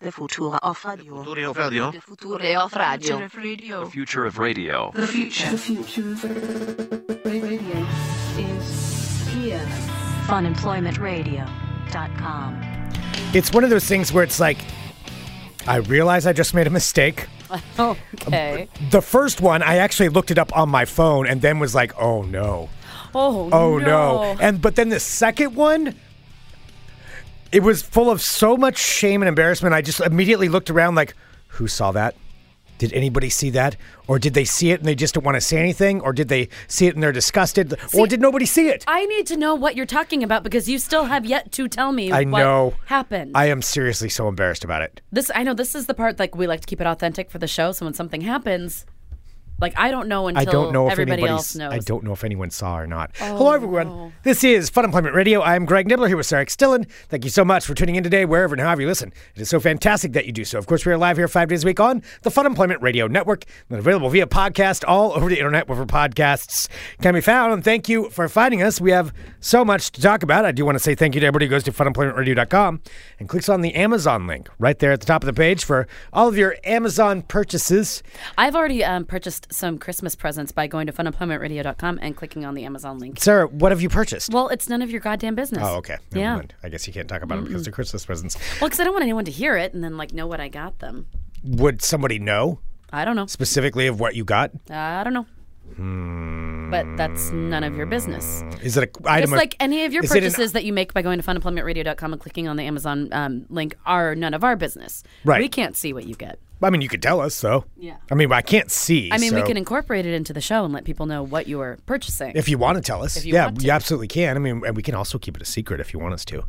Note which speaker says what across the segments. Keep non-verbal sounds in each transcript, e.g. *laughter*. Speaker 1: The future of radio.
Speaker 2: Future of radio.
Speaker 1: The future of radio.
Speaker 2: The future of radio.
Speaker 3: The future.
Speaker 4: The future of radio is here.
Speaker 1: Funemploymentradio.com.
Speaker 5: It's one of those things where it's like, I realize I just made a mistake.
Speaker 6: *laughs* Okay.
Speaker 5: The first one, I actually looked it up on my phone and then was like, oh no.
Speaker 6: Oh,
Speaker 5: Oh no. And but then the second one it was full of so much shame and embarrassment. I just immediately looked around like, who saw that? Did anybody see that? Or did they see it and they just don't want to say anything? Or did they see it and they're disgusted? or did nobody see it?
Speaker 6: I need to know what you're talking about because you still have yet to tell me
Speaker 5: I
Speaker 6: what
Speaker 5: know.
Speaker 6: happened.
Speaker 5: I am seriously so embarrassed about it.
Speaker 6: this I know this is the part like we like to keep it authentic for the show so when something happens like I don't know until
Speaker 5: I don't know if
Speaker 6: everybody
Speaker 5: anybody's-
Speaker 6: else knows. Oh.
Speaker 5: I don't know if anyone saw or not. Hello, everyone. This is Fun Employment Radio. I'm Greg Nibbler here with Sarah Stillen. Thank you so much for tuning in today, wherever and however you listen. It is so fantastic that you do so. Of course, we are live here five days a week on the Fun Employment Radio Network, and available via podcast all over the internet, wherever podcasts can be found. And thank you for finding us. We have so much to talk about. I do want to say thank you to everybody who goes to funemploymentradio.com and clicks on the Amazon link right there at the top of the page for all of your Amazon purchases.
Speaker 6: I've already um, purchased some Christmas presents by going to funemploymentradio.com and clicking on the Amazon link.
Speaker 5: Sarah, what have you purchased?
Speaker 6: Well, it's none of your goddamn business.
Speaker 5: Oh, okay. Never
Speaker 6: yeah.
Speaker 5: mind. I guess you can't talk about them because they're Christmas presents.
Speaker 6: Well, because I don't want anyone to hear it and then like know what I got them.
Speaker 5: Would somebody know
Speaker 6: I don't know.
Speaker 5: specifically of what you got?
Speaker 6: I don't know.
Speaker 5: Hmm.
Speaker 6: But that's none of your business.
Speaker 5: Is it an item?
Speaker 6: Just
Speaker 5: of-
Speaker 6: like any of your
Speaker 5: is it an-
Speaker 6: purchases that you make by going to funemploymentradio.com and clicking on the Amazon um, link are none of our business.
Speaker 5: Right.
Speaker 6: We can't see what you get.
Speaker 5: I mean, you could tell us, though.
Speaker 6: Yeah.
Speaker 5: I mean, I can't see.
Speaker 6: I mean, we
Speaker 5: so
Speaker 6: can incorporate it into the show and let people know what you are purchasing.
Speaker 5: If you want to tell us,
Speaker 6: you
Speaker 5: yeah,
Speaker 6: want
Speaker 5: you absolutely can. I mean, and we can also keep it a secret if you want us to.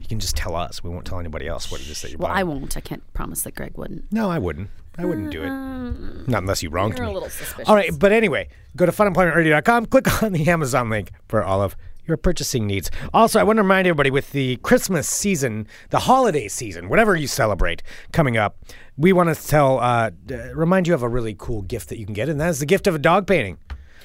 Speaker 5: You can just tell us. We won't tell anybody else what it is that you're
Speaker 6: well,
Speaker 5: buying.
Speaker 6: I won't. I can't promise that Greg wouldn't.
Speaker 5: No, I wouldn't. I wouldn't do it. Not unless you wronged
Speaker 6: You're a
Speaker 5: me.
Speaker 6: little suspicious.
Speaker 5: All right, but anyway, go to funemploymentradio.com, click *laughs* on the Amazon link for all of your purchasing needs. Also, I want to remind everybody with the Christmas season, the holiday season, whatever you celebrate coming up, we want to tell, uh, d- remind you of a really cool gift that you can get, and that is the gift of a dog painting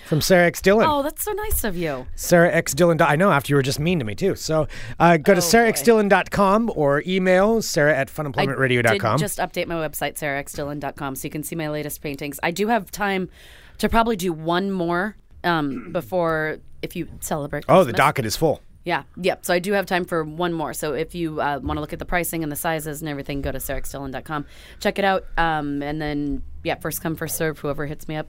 Speaker 5: from Sarah X. Dillon.
Speaker 6: Oh, that's so nice of you.
Speaker 5: Sarah X Dillon. I know after you were just mean to me too. So uh, go to sarahxdillon.com or email sarah at
Speaker 6: Oh, I
Speaker 5: funemploymentradio.com.
Speaker 6: did just update my website, sarahxdillon.com, so you can see my latest paintings. I do have time to probably do one more um, before if you celebrate.
Speaker 5: oh, the
Speaker 6: Christmas.
Speaker 5: docket is full.
Speaker 6: Yeah, yep. So I do have time for one more. So if you uh, want to look at the pricing and the sizes and everything, go to sarahxdillon.com. Check it out. Um, and then, yeah, first come, first serve. Whoever hits me up,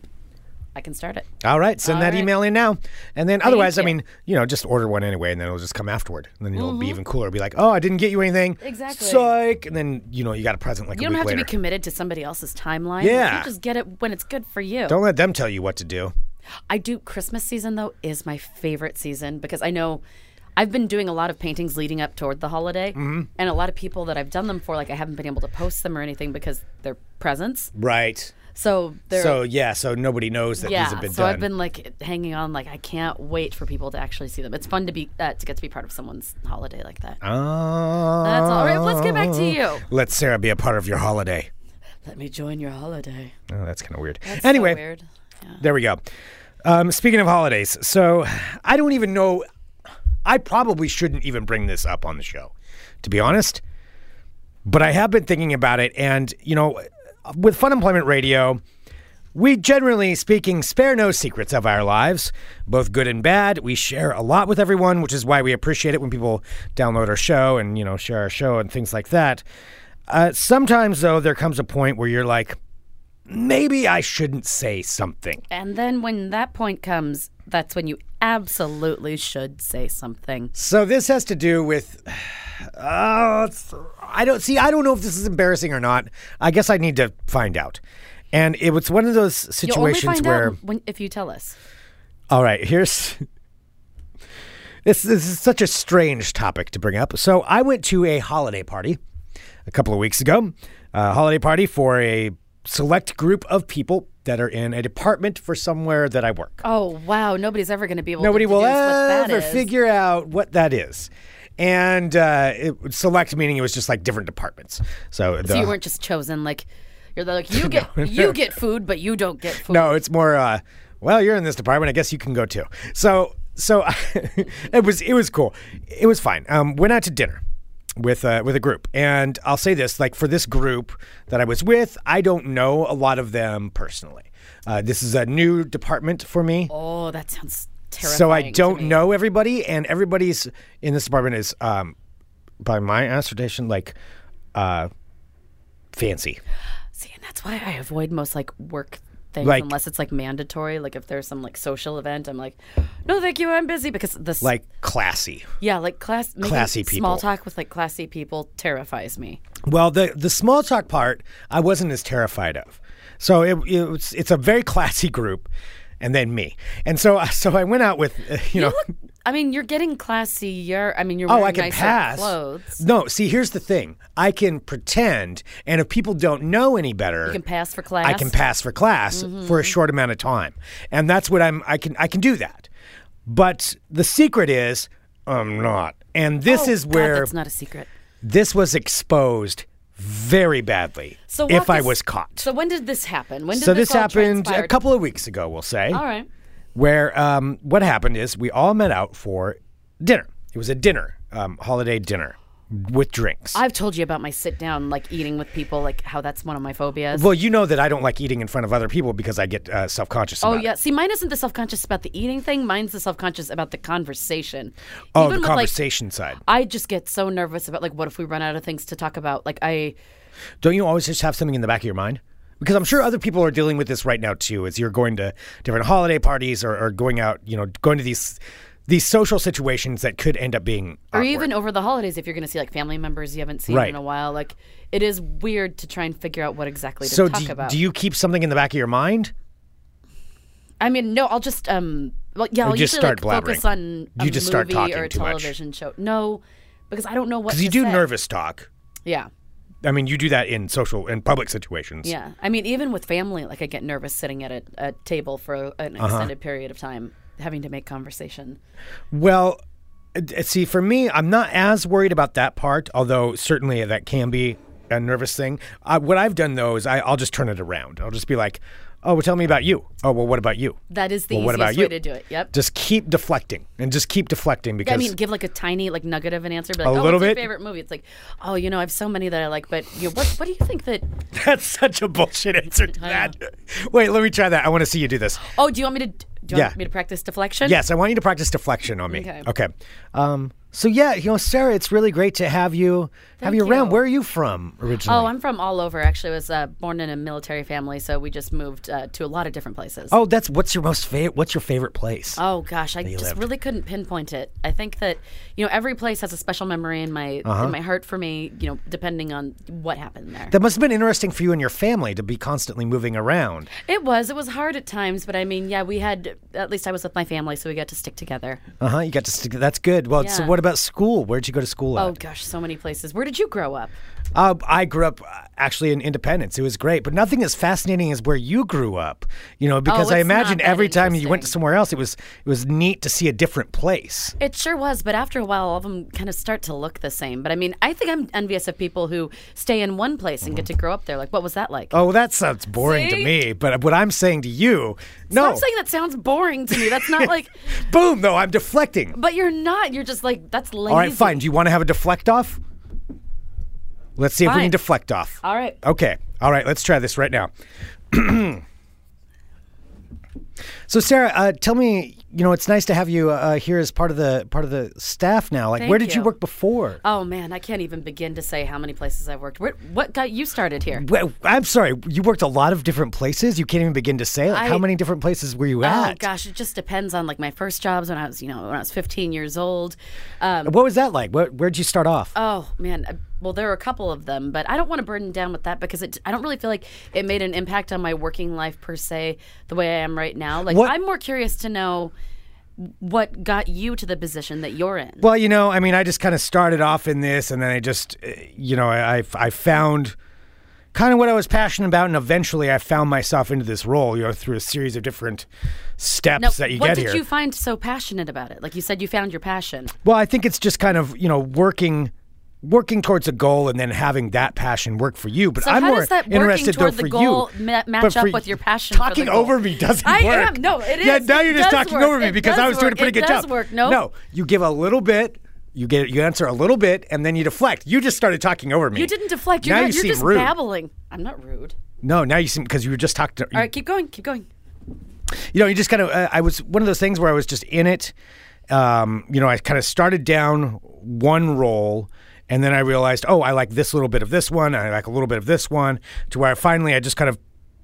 Speaker 6: I can start it.
Speaker 5: All right, send that
Speaker 6: right.
Speaker 5: email in now. And then otherwise, I
Speaker 6: you.
Speaker 5: mean, you know, just order one anyway and then it'll just come afterward. And then it'll be even cooler. Be like, "Oh, I didn't get you anything."
Speaker 6: Mm-hmm. Exactly.
Speaker 5: Psych. And then, you know, you got a present like
Speaker 6: You
Speaker 5: a
Speaker 6: don't
Speaker 5: week
Speaker 6: have
Speaker 5: later.
Speaker 6: to be committed to somebody else's timeline.
Speaker 5: Yeah.
Speaker 6: You just get it when it's good for you.
Speaker 5: don't let them tell you what to do.
Speaker 6: I do Christmas season though is my favorite season because I know I've been doing a lot of paintings leading up toward the holiday,
Speaker 5: Mm-hmm.
Speaker 6: and a lot of people that I've done them for, like I haven't been able to post them or anything because they're presents.
Speaker 5: Right.
Speaker 6: So they're
Speaker 5: So, yeah, so nobody knows that
Speaker 6: yeah.
Speaker 5: these have been
Speaker 6: so
Speaker 5: done.
Speaker 6: I've been like hanging on, like I can't wait for people to actually see them. It's fun to be uh, to get to be part of someone's holiday like that.
Speaker 5: Oh.
Speaker 6: That's all right. Let's get back to you.
Speaker 5: Ah. Let Sarah be a part of your holiday.
Speaker 6: Let me join your holiday.
Speaker 5: Oh, that's kind of weird.
Speaker 6: So
Speaker 5: anyway,
Speaker 6: weird.
Speaker 5: There we go. Um, speaking of holidays, so I don't even know. I probably shouldn't even bring this up on the show, to be honest. But I have been thinking about it, and you know, with Fun Employment Radio, we generally speaking spare no secrets of our lives, both good and bad. We share a lot with everyone, which is why we appreciate it when people download our show and you know share our show and things like that. Uh, sometimes, though, there comes a point where you're like, maybe I shouldn't say something.
Speaker 6: And then when that point comes, that's when you absolutely should say something.
Speaker 5: So this has to do with. Uh, it's- I don't see. I don't know if this is embarrassing or not. I guess I need to find out. And it was one of those
Speaker 6: You'll only
Speaker 5: situations
Speaker 6: find
Speaker 5: where.
Speaker 6: out when, if you tell us.
Speaker 5: All right, here's. *laughs* This, this is such a strange topic to bring up. So I went to a holiday party a couple of weeks ago, a holiday party for a select group of people that are in a department for somewhere that I work.
Speaker 6: Oh wow! Nobody's ever going to be able.
Speaker 5: Nobody
Speaker 6: to
Speaker 5: will
Speaker 6: deduce what that
Speaker 5: ever
Speaker 6: is.
Speaker 5: figure out what that is. And uh, it, select meaning it was just like different departments. So, the,
Speaker 6: So you weren't just chosen. Like you're like you get you get food, but you don't get food.
Speaker 5: *laughs* no, it's more. Uh, well, you're in this department. I guess you can go too. *laughs* So so it was it was cool. It was fine. Um, went out to dinner, with uh, with a group, and I'll say this: like for this group that I was with, I don't know a lot of them personally. Uh, this is a new department for me.
Speaker 6: Oh, that sounds terrifying.
Speaker 5: So I
Speaker 6: to
Speaker 5: don't
Speaker 6: me.
Speaker 5: know everybody, and everybody's in this department is, um, by my assertion, like uh, fancy.
Speaker 6: See, and that's why I avoid most like work things
Speaker 5: Like-
Speaker 6: unless it's like mandatory. Like if there's some like social event, I'm like, no, thank you, I'm busy because this
Speaker 5: like classy.
Speaker 6: yeah, like class making
Speaker 5: classy people.
Speaker 6: Small talk with like classy people terrifies me.
Speaker 5: Well, the the small talk part I wasn't as terrified of. So it, it's it's a very *laughs* classy group, and then me. And so *laughs* so I went out with uh, you, know.
Speaker 6: You look, I mean, you're getting classy. You're, I mean, you're
Speaker 5: *laughs* Oh,
Speaker 6: wearing
Speaker 5: I can
Speaker 6: nicer
Speaker 5: pass.
Speaker 6: clothes.
Speaker 5: No, see, here's the thing. I can pretend, and if people don't know any better,
Speaker 6: You can pass for class. Mm-hmm.
Speaker 5: I can pass for class for a short amount of time, and that's what I'm. I can I can do that, but the secret is I'm not. And this is
Speaker 6: Oh, God,
Speaker 5: where
Speaker 6: that's not a secret.
Speaker 5: this was exposed very badly.
Speaker 6: So
Speaker 5: if
Speaker 6: walk
Speaker 5: I
Speaker 6: us-
Speaker 5: was caught,
Speaker 6: So when did this happen? When did
Speaker 5: so
Speaker 6: this,
Speaker 5: this
Speaker 6: all
Speaker 5: happened
Speaker 6: transpire?
Speaker 5: a couple of weeks ago, we'll say.
Speaker 6: All right.
Speaker 5: Where um, what happened is we all met out for dinner. It was a dinner, um, holiday dinner with drinks.
Speaker 6: I've told you about my sit down, like eating with people, like how that's one of my phobias.
Speaker 5: well, you know that I don't like eating in front of other people because I get uh, self conscious.
Speaker 6: Oh
Speaker 5: about
Speaker 6: yeah. See, mine isn't the self conscious about the eating thing. Mine's the self conscious about the conversation.
Speaker 5: It. Oh,
Speaker 6: Even
Speaker 5: the
Speaker 6: with, like,
Speaker 5: conversation side.
Speaker 6: I just get so nervous about like what if we run out of things to talk about? Like I
Speaker 5: Don't you always just have something in the back of your mind? Because I'm sure other people are dealing with this right now too. As you're going to different holiday parties or, or going out, you know, going to these these social situations that could end up being
Speaker 6: or
Speaker 5: awkward.
Speaker 6: even over the holidays if you're going to see like family members you haven't seen
Speaker 5: Right.
Speaker 6: in a while, like it is weird to try and figure out what exactly to
Speaker 5: so.
Speaker 6: talk
Speaker 5: do,
Speaker 6: about.
Speaker 5: do you keep something in the back of your mind?
Speaker 6: I mean, no, I'll just um well, yeah,
Speaker 5: You
Speaker 6: I'll
Speaker 5: just
Speaker 6: usually
Speaker 5: start
Speaker 6: like, focus on
Speaker 5: blabbering.
Speaker 6: a
Speaker 5: You just start
Speaker 6: movie
Speaker 5: talking
Speaker 6: or a
Speaker 5: too much.
Speaker 6: television show. No, because I don't know what
Speaker 5: Because you
Speaker 6: to
Speaker 5: do
Speaker 6: say.
Speaker 5: nervous talk.
Speaker 6: Yeah.
Speaker 5: I mean, you do that in social and public situations.
Speaker 6: Yeah, I mean, even with family, like I get nervous sitting at a, a table for a, an
Speaker 5: Uh-huh.
Speaker 6: extended period of time, having to make conversation.
Speaker 5: Well, uh, d- see, for me, I'm not as worried about that part, although certainly that can be a nervous thing. Uh, what I've done though is I, I'll just turn it around. I'll just be like, "Oh, well, tell me about you." Oh, well, what about you?
Speaker 6: That is the
Speaker 5: Well, what
Speaker 6: easiest
Speaker 5: about
Speaker 6: way
Speaker 5: you?
Speaker 6: to do it. Yep.
Speaker 5: Just keep deflecting and just keep deflecting because
Speaker 6: I
Speaker 5: *laughs*
Speaker 6: mean, give like a tiny like nugget of an answer, but like,
Speaker 5: A
Speaker 6: oh,
Speaker 5: little
Speaker 6: what's your
Speaker 5: bit.
Speaker 6: favorite movie? It's like, oh, you know, I have so many that I like, but you know, what what do you think that?
Speaker 5: that's such a bullshit answer to that. Wait, let me try that. I want to see you
Speaker 6: *laughs*
Speaker 5: do this.
Speaker 6: Oh, do you want me to? Do you
Speaker 5: Yeah.
Speaker 6: want me to practice deflection?
Speaker 5: Yes, I want you to practice deflection on me.
Speaker 6: Okay.
Speaker 5: Um, so yeah, you know, Sarah, it's really great to have you have you
Speaker 6: Thank
Speaker 5: around.
Speaker 6: you.
Speaker 5: Where are you from originally?
Speaker 6: Oh, I'm from all over. Actually, I was uh, born in a military family, so we just moved uh, to a lot of different places.
Speaker 5: Oh, that's what's your most favorite? What's your favorite place?
Speaker 6: Oh gosh, I just
Speaker 5: lived.
Speaker 6: really couldn't pinpoint it. I think that you know every place has a special memory in my
Speaker 5: Uh-huh.
Speaker 6: in my heart for me. You know, depending on what happened there.
Speaker 5: That must have been interesting for you and your family to be constantly moving around.
Speaker 6: it was it was hard at times, but I mean, yeah, we had at least I was with my family, so we got to stick together.
Speaker 5: Uh huh. You got to stick. That's good. Well, so
Speaker 6: Yeah.
Speaker 5: what about school? Where'd you go to school
Speaker 6: Oh
Speaker 5: at?
Speaker 6: gosh, so many places. Where did you grow up?
Speaker 5: Uh, I grew up uh, actually in Independence. It was great, but nothing as fascinating as where you grew up. You know, because I
Speaker 6: Oh, it's not
Speaker 5: imagine
Speaker 6: that
Speaker 5: every time you went to
Speaker 6: interesting.
Speaker 5: somewhere else, it was it was neat to see a different place.
Speaker 6: It sure was, but after a while, all of them kind of start to look the same. But I mean, I think I'm envious of people who stay in one place and get to grow up there. Like, what was that like?
Speaker 5: Mm-hmm. Oh, well, that sounds boring to
Speaker 6: See?
Speaker 5: me. But what I'm saying to you, no,
Speaker 6: Stop saying that sounds boring to me. That's not
Speaker 5: *laughs*
Speaker 6: like,
Speaker 5: boom, though I'm deflecting.
Speaker 6: but you're not. You're just like that's lazy.
Speaker 5: All right, fine. Do you want to have a deflect off? Let's see if we can
Speaker 6: Fine.
Speaker 5: deflect off.
Speaker 6: All right.
Speaker 5: Okay. All right. Let's try this right now. *clears throat* so, Sarah, uh, tell me. You know, it's nice to have you uh, here as part of the part of the staff now. Like,
Speaker 6: Thank
Speaker 5: where did you.
Speaker 6: you.
Speaker 5: work before?
Speaker 6: Oh man, I can't even begin to say how many places I've worked. Where, what got you started here?
Speaker 5: Well, I'm sorry. You worked a lot of different places. You can't even begin to say. Like,
Speaker 6: I-
Speaker 5: how many different places were you at?
Speaker 6: Oh gosh, it just depends on like my first jobs when I was, you know, when I was 15 years old. Um,
Speaker 5: What was that like? Where, where'd you start off?
Speaker 6: oh man, I- well there were a couple of them, but I don't want to burden down with that because it, I don't really feel like it made an impact on my working life per se the way I am right now. Like
Speaker 5: What-
Speaker 6: I'm more curious to know what got you to the position that you're in.
Speaker 5: Well, you know, I mean, I just kind of started off in this, and then I just, uh, you know, I I, I found kind of what I was passionate about, and eventually I found myself into this role, you know, through a series of different steps
Speaker 6: Now,
Speaker 5: that you
Speaker 6: what
Speaker 5: get
Speaker 6: did
Speaker 5: here.
Speaker 6: you find so passionate about it? Like you said, you found your passion.
Speaker 5: well, I think it's just kind of you know working. Working towards a goal and then having that passion work for you, but
Speaker 6: So
Speaker 5: I'm
Speaker 6: how
Speaker 5: more
Speaker 6: does that working
Speaker 5: interested though
Speaker 6: toward the
Speaker 5: for
Speaker 6: goal
Speaker 5: you.
Speaker 6: ma- match
Speaker 5: but
Speaker 6: up
Speaker 5: for-
Speaker 6: with your passion for the
Speaker 5: Talking
Speaker 6: goal?
Speaker 5: over me doesn't
Speaker 6: I
Speaker 5: work.
Speaker 6: am. No, it
Speaker 5: Yeah,
Speaker 6: is.
Speaker 5: now
Speaker 6: It
Speaker 5: you're just
Speaker 6: does
Speaker 5: talking
Speaker 6: work.
Speaker 5: over me
Speaker 6: It
Speaker 5: because I
Speaker 6: does
Speaker 5: was doing a
Speaker 6: work.
Speaker 5: pretty
Speaker 6: It
Speaker 5: good
Speaker 6: does
Speaker 5: job.
Speaker 6: work. No.
Speaker 5: no, you give a little bit, You get you answer a little bit and then you deflect. You just started talking over me.
Speaker 6: You didn't deflect. You're,
Speaker 5: now
Speaker 6: not,
Speaker 5: you
Speaker 6: you're
Speaker 5: seem
Speaker 6: just
Speaker 5: rude.
Speaker 6: babbling. I'm not rude.
Speaker 5: No, now you seem because you were just talking.
Speaker 6: All right, keep going. Keep going.
Speaker 5: you know, you just kind of, uh, I was one of those things where I was just in it. Um, you know, I kind of started down one role and then I realized, oh, I like this little bit of this one. I like a little bit of this one to where I finally, I just kind of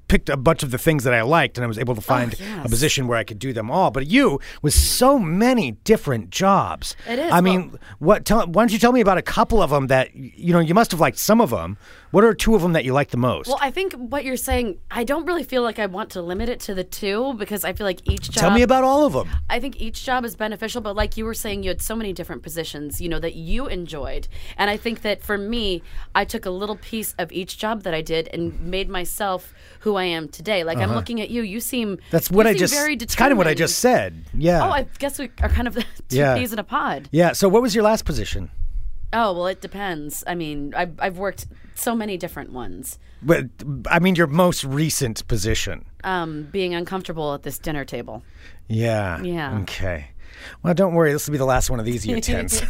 Speaker 5: picked a bunch of the things that I liked and I was able to find
Speaker 6: Oh, yes. Mm.
Speaker 5: a position where I could do them all. But you with so many different jobs.
Speaker 6: It is,
Speaker 5: I mean, what, tell, why don't you tell me about a couple of them that, you know, you must have liked some of them. What are two of them that you like the most?
Speaker 6: Well, I think what you're saying, I don't really feel like I want to limit it to the two because I feel like each job.
Speaker 5: tell me about all of them.
Speaker 6: I think each job is beneficial, but like you were saying, you had so many different positions, you know, that you enjoyed. And I think that for me, I took a little piece of each job that I did and made myself who I am today. Like I'm looking at you. You seem
Speaker 5: Uh-huh. That's what
Speaker 6: you
Speaker 5: I
Speaker 6: seem
Speaker 5: just.
Speaker 6: Very
Speaker 5: it's kind of what I
Speaker 6: determined.
Speaker 5: just said. Yeah.
Speaker 6: Oh, I guess we are kind of *laughs* two
Speaker 5: Yeah.
Speaker 6: peas in a pod.
Speaker 5: yeah. So what was your last position?
Speaker 6: Oh well, it depends. I mean, I've, I've worked so many different ones.
Speaker 5: But I mean, your most recent position.
Speaker 6: Um, being uncomfortable at this dinner table.
Speaker 5: Yeah.
Speaker 6: Yeah.
Speaker 5: Okay. Well, don't worry. This will be the last one
Speaker 6: *laughs*
Speaker 5: of these year tens.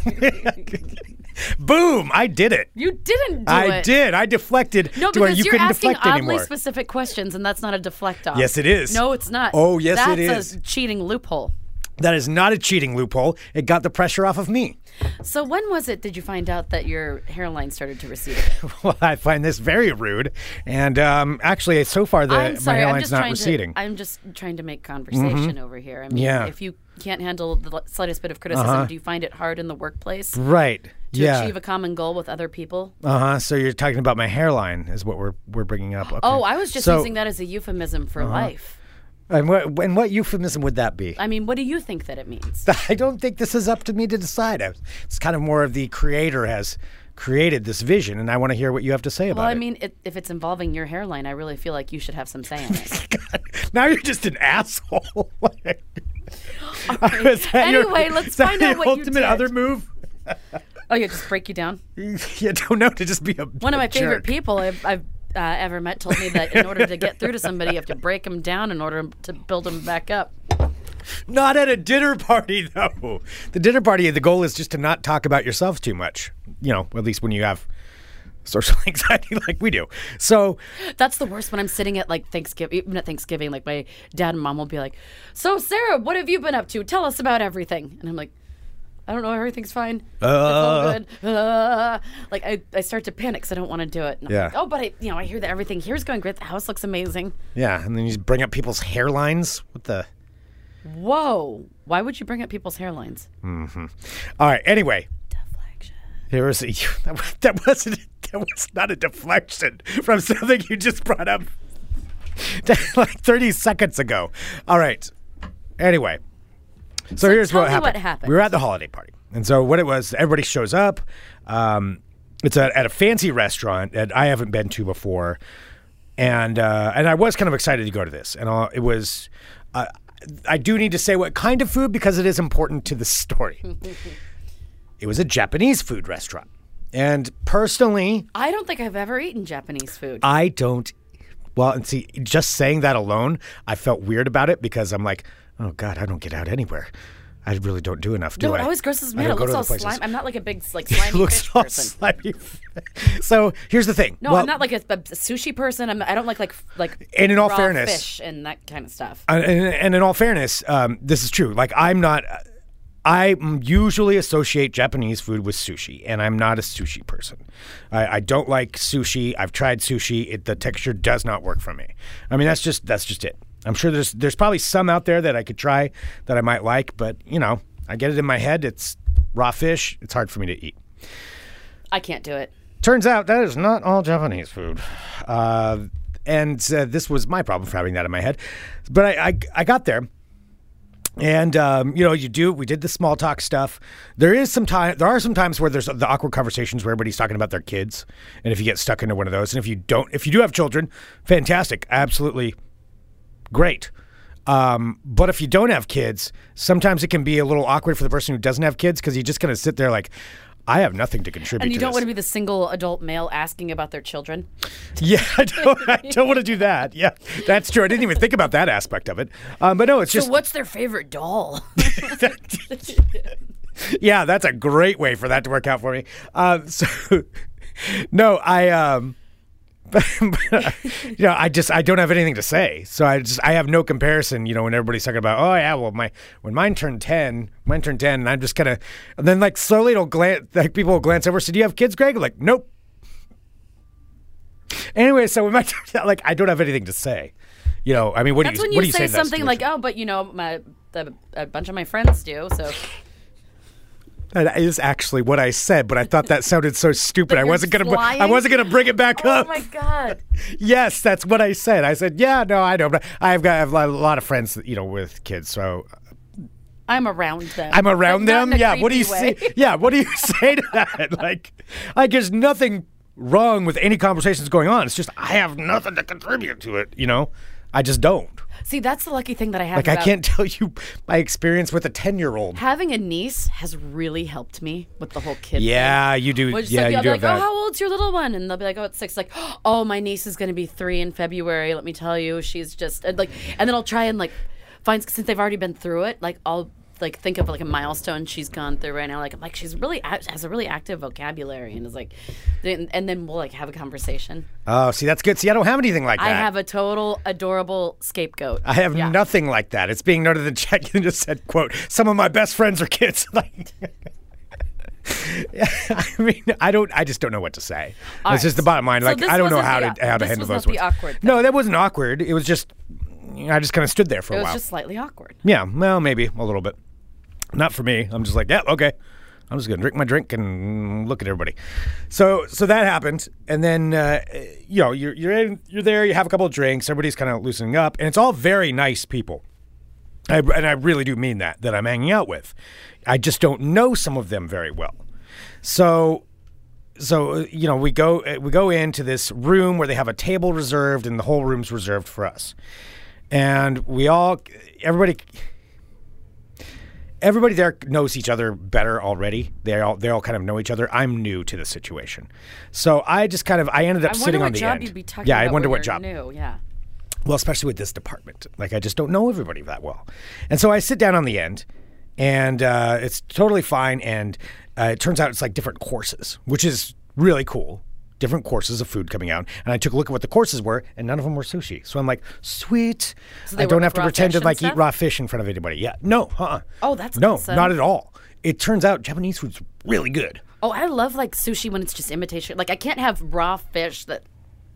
Speaker 5: Boom! I did it.
Speaker 6: You didn't do
Speaker 5: I
Speaker 6: it.
Speaker 5: did. I deflected
Speaker 6: No,
Speaker 5: to where
Speaker 6: because
Speaker 5: you
Speaker 6: you are
Speaker 5: couldn't
Speaker 6: asking
Speaker 5: deflect
Speaker 6: oddly
Speaker 5: anymore.
Speaker 6: specific questions, and that's not a deflect off.
Speaker 5: Yes, it is.
Speaker 6: No, it's not.
Speaker 5: Oh, yes,
Speaker 6: that's
Speaker 5: it is.
Speaker 6: a cheating loophole.
Speaker 5: that is not a cheating loophole. It got the pressure off of me. *laughs*
Speaker 6: So when was it? Did you find out that your hairline started to recede?
Speaker 5: well, I find this very rude. And um, actually, so far, the,
Speaker 6: I'm sorry.
Speaker 5: my
Speaker 6: I'm
Speaker 5: airline's
Speaker 6: just
Speaker 5: not
Speaker 6: trying
Speaker 5: receding.
Speaker 6: to.
Speaker 5: Mm-hmm.
Speaker 6: I'm just trying to make conversation over here. I mean,
Speaker 5: Yeah.
Speaker 6: if you can't handle the slightest bit of criticism, do you find it hard in the workplace to
Speaker 5: right. yeah.
Speaker 6: achieve a common goal with other people?
Speaker 5: Uh huh. So you're talking about my hairline is what we're we're bringing up. Okay.
Speaker 6: Oh, I was just
Speaker 5: So- Uh-huh.
Speaker 6: using that as a euphemism for life.
Speaker 5: And what, and what euphemism would that be? *laughs*
Speaker 6: I mean, what do you think that it means?
Speaker 5: I don't think this is up to me to decide. I- It's kind of more of the creator has created this vision, and I want to hear what you have to say about
Speaker 6: Well, I
Speaker 5: it.
Speaker 6: mean, it, if it's involving your hairline, I really feel like you should have some say in it.
Speaker 5: *laughs* *laughs* now you're just an *laughs* asshole. *laughs* Is that
Speaker 6: Anyway, let's
Speaker 5: is that
Speaker 6: find
Speaker 5: your
Speaker 6: out what you
Speaker 5: ultimate
Speaker 6: did.
Speaker 5: other move. *laughs*
Speaker 6: Oh, yeah, just break you down.
Speaker 5: you don't know to just be a
Speaker 6: One of my
Speaker 5: jerk.
Speaker 6: favorite people I've, I've uh, ever met told me that in order to get through to somebody, you have to break them down in order to build them back up.
Speaker 5: Not at a dinner party, *laughs* though. The dinner party, the goal is just to not talk about yourself too much. You know, at least when you have social *laughs* anxiety like we do. So,
Speaker 6: That's the worst when I'm sitting at like Thanksgiving, not Thanksgiving, like my dad and mom will be like, So, Sarah, what have you been up to? Tell us about everything. And I'm like, I don't know. Everything's fine.
Speaker 5: Uh.
Speaker 6: it's all good. Uh, like I, I start to panic because I don't want to do it. And I'm
Speaker 5: Yeah.
Speaker 6: like, oh, but I, you know, I hear that everything here's going great. The house looks amazing.
Speaker 5: yeah, and then you just bring up people's hairlines. What the?
Speaker 6: Whoa! Why would you bring up people's hairlines?
Speaker 5: All right. Anyway,
Speaker 6: Deflection.
Speaker 5: here is a, *laughs* that wasn't that was not a deflection from something you just brought up *laughs* like 30 seconds ago. All right. Anyway, so, here's
Speaker 6: tell
Speaker 5: what
Speaker 6: me
Speaker 5: happened.
Speaker 6: what happened.
Speaker 5: We were at the holiday party, and so what it was, everybody shows up. Um, it's at, at a fancy restaurant that I haven't been to before, and uh, and I was kind of excited to go to this, and uh, it was. Uh, I do need to say what kind of food because it is important to the story.
Speaker 6: *laughs*
Speaker 5: it was a Japanese food restaurant, and personally,
Speaker 6: I don't think I've ever eaten Japanese food.
Speaker 5: I don't. Well, and see, just saying that alone, I felt weird about it because I'm like, oh God, I don't get out anywhere. I really don't do enough, do
Speaker 6: no,
Speaker 5: I?
Speaker 6: it always grosses
Speaker 5: I
Speaker 6: me out.
Speaker 5: don't
Speaker 6: It
Speaker 5: go to
Speaker 6: looks all
Speaker 5: the places.
Speaker 6: slimy. I'm not like a big like
Speaker 5: *laughs* It
Speaker 6: slimy
Speaker 5: looks
Speaker 6: fish
Speaker 5: all *laughs*
Speaker 6: person.
Speaker 5: slimy. so here's the thing.
Speaker 6: No,
Speaker 5: well,
Speaker 6: I'm not like a, a sushi person. I'm, I don't like like f- like
Speaker 5: And in all
Speaker 6: raw
Speaker 5: fairness-
Speaker 6: fish and that kind of stuff.
Speaker 5: and, Uh, and- and in all fairness, um, this is true. Like I'm not. I mm, usually associate Japanese food with sushi, and I'm not a sushi person. I, I don't like sushi. I've tried sushi; it, the texture does not work for me. I mean, that's just that's just it. I'm sure there's there's probably some out there that I could try that I might like, but you know, I get it in my head. It's raw fish. It's hard for me to eat.
Speaker 6: I can't do it.
Speaker 5: Turns out that is not all Japanese food. Uh, and uh, this was my problem for having that in my head. But I, I, I got there. And um, you know, you do. We did the small talk stuff. There is some time. There are some times where there's the awkward conversations where everybody's talking about their kids, and if you get stuck into one of those, and if you don't, if you do have children, fantastic, absolutely great. Um, but if you don't have kids, sometimes it can be a little awkward for the person who doesn't have kids because you just kind of sit there like, I have nothing to contribute.
Speaker 6: And you
Speaker 5: to
Speaker 6: don't
Speaker 5: this."
Speaker 6: want to be the single adult male asking about their children.
Speaker 5: Yeah, I don't, I don't want to do that. Yeah, that's true. I didn't even think about that aspect of it. Um, but no, it's
Speaker 6: *laughs*
Speaker 5: just
Speaker 6: What's their favorite doll?
Speaker 5: yeah, that's a great way for that to work out for me. Um, *laughs* so, no, I, um, *laughs* but, but, you know, I just I don't have anything to say. So I just I have no comparison. You know, when everybody's talking about, oh yeah, well my when mine turned ten, mine turned ten, and I'm just kind of, and then like slowly it'll glance, like people will glance over. So do you have kids, Greg? I'm like, nope. Anyway, so when my *laughs* turn, like I don't have anything to say. You know, I mean, what
Speaker 6: That's
Speaker 5: do you
Speaker 6: when
Speaker 5: what
Speaker 6: you,
Speaker 5: do you
Speaker 6: say
Speaker 5: in that
Speaker 6: something like,
Speaker 5: situation?
Speaker 6: "Oh, but you know, my the, a bunch of my friends do."
Speaker 5: *laughs*
Speaker 6: So
Speaker 5: That is actually what I said, but I thought that sounded so stupid.
Speaker 6: That
Speaker 5: I
Speaker 6: you're
Speaker 5: wasn't gonna. br- I
Speaker 6: flying?
Speaker 5: wasn't gonna bring it back
Speaker 6: Oh
Speaker 5: up.
Speaker 6: my god.
Speaker 5: Yes, that's what I said. I said, yeah, no, I know, but I've got I have a lot- a lot of friends, that, you know, with kids, so
Speaker 6: I'm around them.
Speaker 5: I'm around
Speaker 6: But not in
Speaker 5: them.
Speaker 6: a
Speaker 5: Yeah, what do you
Speaker 6: creepy way.
Speaker 5: say? Yeah, what do you *laughs* say to that? like, like there's nothing wrong with any conversations going on. It's just I have nothing to contribute to it. You know, I just don't.
Speaker 6: See, that's the lucky thing that I have.
Speaker 5: Like, I
Speaker 6: about-
Speaker 5: can't *laughs* tell you my experience with a ten year old.
Speaker 6: Having a niece has really helped me with the whole kid.
Speaker 5: Yeah, you do.
Speaker 6: Thing. Which
Speaker 5: yeah,
Speaker 6: some people
Speaker 5: you do
Speaker 6: will be
Speaker 5: have
Speaker 6: like,
Speaker 5: that.
Speaker 6: "Oh, how old's your little one?" And they'll be like, "Oh, it's six. Like, "Oh, my niece is going to be three in February. Let me tell you, she's just and like." And then I'll try and like find since they've already been through it. Like, I'll like think of like a milestone she's gone through right now. Like, I'm like she's really act- has a really active vocabulary and is like, then- and then we'll like have a conversation.
Speaker 5: Oh, see, that's good. See, I don't have anything like that.
Speaker 6: I have a total adorable scapegoat.
Speaker 5: I have
Speaker 6: Yeah.
Speaker 5: nothing like that. It's being noted in the chat. *laughs* You just said, "quote Some of my best friends are kids." *laughs* like, I mean, I don't. I just don't know what to say.
Speaker 6: All
Speaker 5: That's just
Speaker 6: right.
Speaker 5: the bottom line.
Speaker 6: So
Speaker 5: Like,
Speaker 6: this
Speaker 5: I don't know
Speaker 6: wasn't
Speaker 5: how
Speaker 6: the
Speaker 5: to
Speaker 6: au-
Speaker 5: how to
Speaker 6: this
Speaker 5: handle
Speaker 6: was
Speaker 5: those
Speaker 6: not
Speaker 5: words.
Speaker 6: the awkward
Speaker 5: No, that wasn't awkward. It was just I just kind of stood there for
Speaker 6: It
Speaker 5: a
Speaker 6: was
Speaker 5: while.
Speaker 6: just slightly awkward.
Speaker 5: Yeah, well, maybe a little bit. Not for me. I'm just like, yeah, okay. I'm just gonna drink my drink and look at everybody. So, so that happened, and then uh, you know you're you're in, you're there. You have a couple of drinks. Everybody's kind of loosening up, and it's all very nice people. I, and I really do mean that that I'm hanging out with. I just don't know some of them very well. So so uh, you know we go uh, we go into this room where they have a table reserved and the whole room's reserved for us and we all everybody everybody there knows each other better already they all they all kind of know each other i'm new to the situation so i just kind of i ended up
Speaker 6: I wonder
Speaker 5: sitting
Speaker 6: what
Speaker 5: on the
Speaker 6: job
Speaker 5: end
Speaker 6: you'd be talking
Speaker 5: yeah
Speaker 6: about.
Speaker 5: i wonder
Speaker 6: where
Speaker 5: what
Speaker 6: you're
Speaker 5: job
Speaker 6: New, yeah.
Speaker 5: well, especially with this department. Like, I just don't know everybody that well. And so I sit down on the end, and uh, it's totally fine. And uh, it turns out it's like different courses, which is really cool. Different courses of food coming out. And I took a look at what the courses were, and none of them were sushi. So I'm like, sweet.
Speaker 6: they
Speaker 5: I
Speaker 6: were
Speaker 5: don't
Speaker 6: like
Speaker 5: have to
Speaker 6: raw fish
Speaker 5: pretend to
Speaker 6: and
Speaker 5: like eat
Speaker 6: stuff?
Speaker 5: raw fish in front of anybody. Yeah. No, uh uh
Speaker 6: Oh, that's
Speaker 5: No,
Speaker 6: awesome.
Speaker 5: not at all. It turns out Japanese food's really good.
Speaker 6: Oh, I love like sushi when it's just imitation. Like I can't have raw fish that.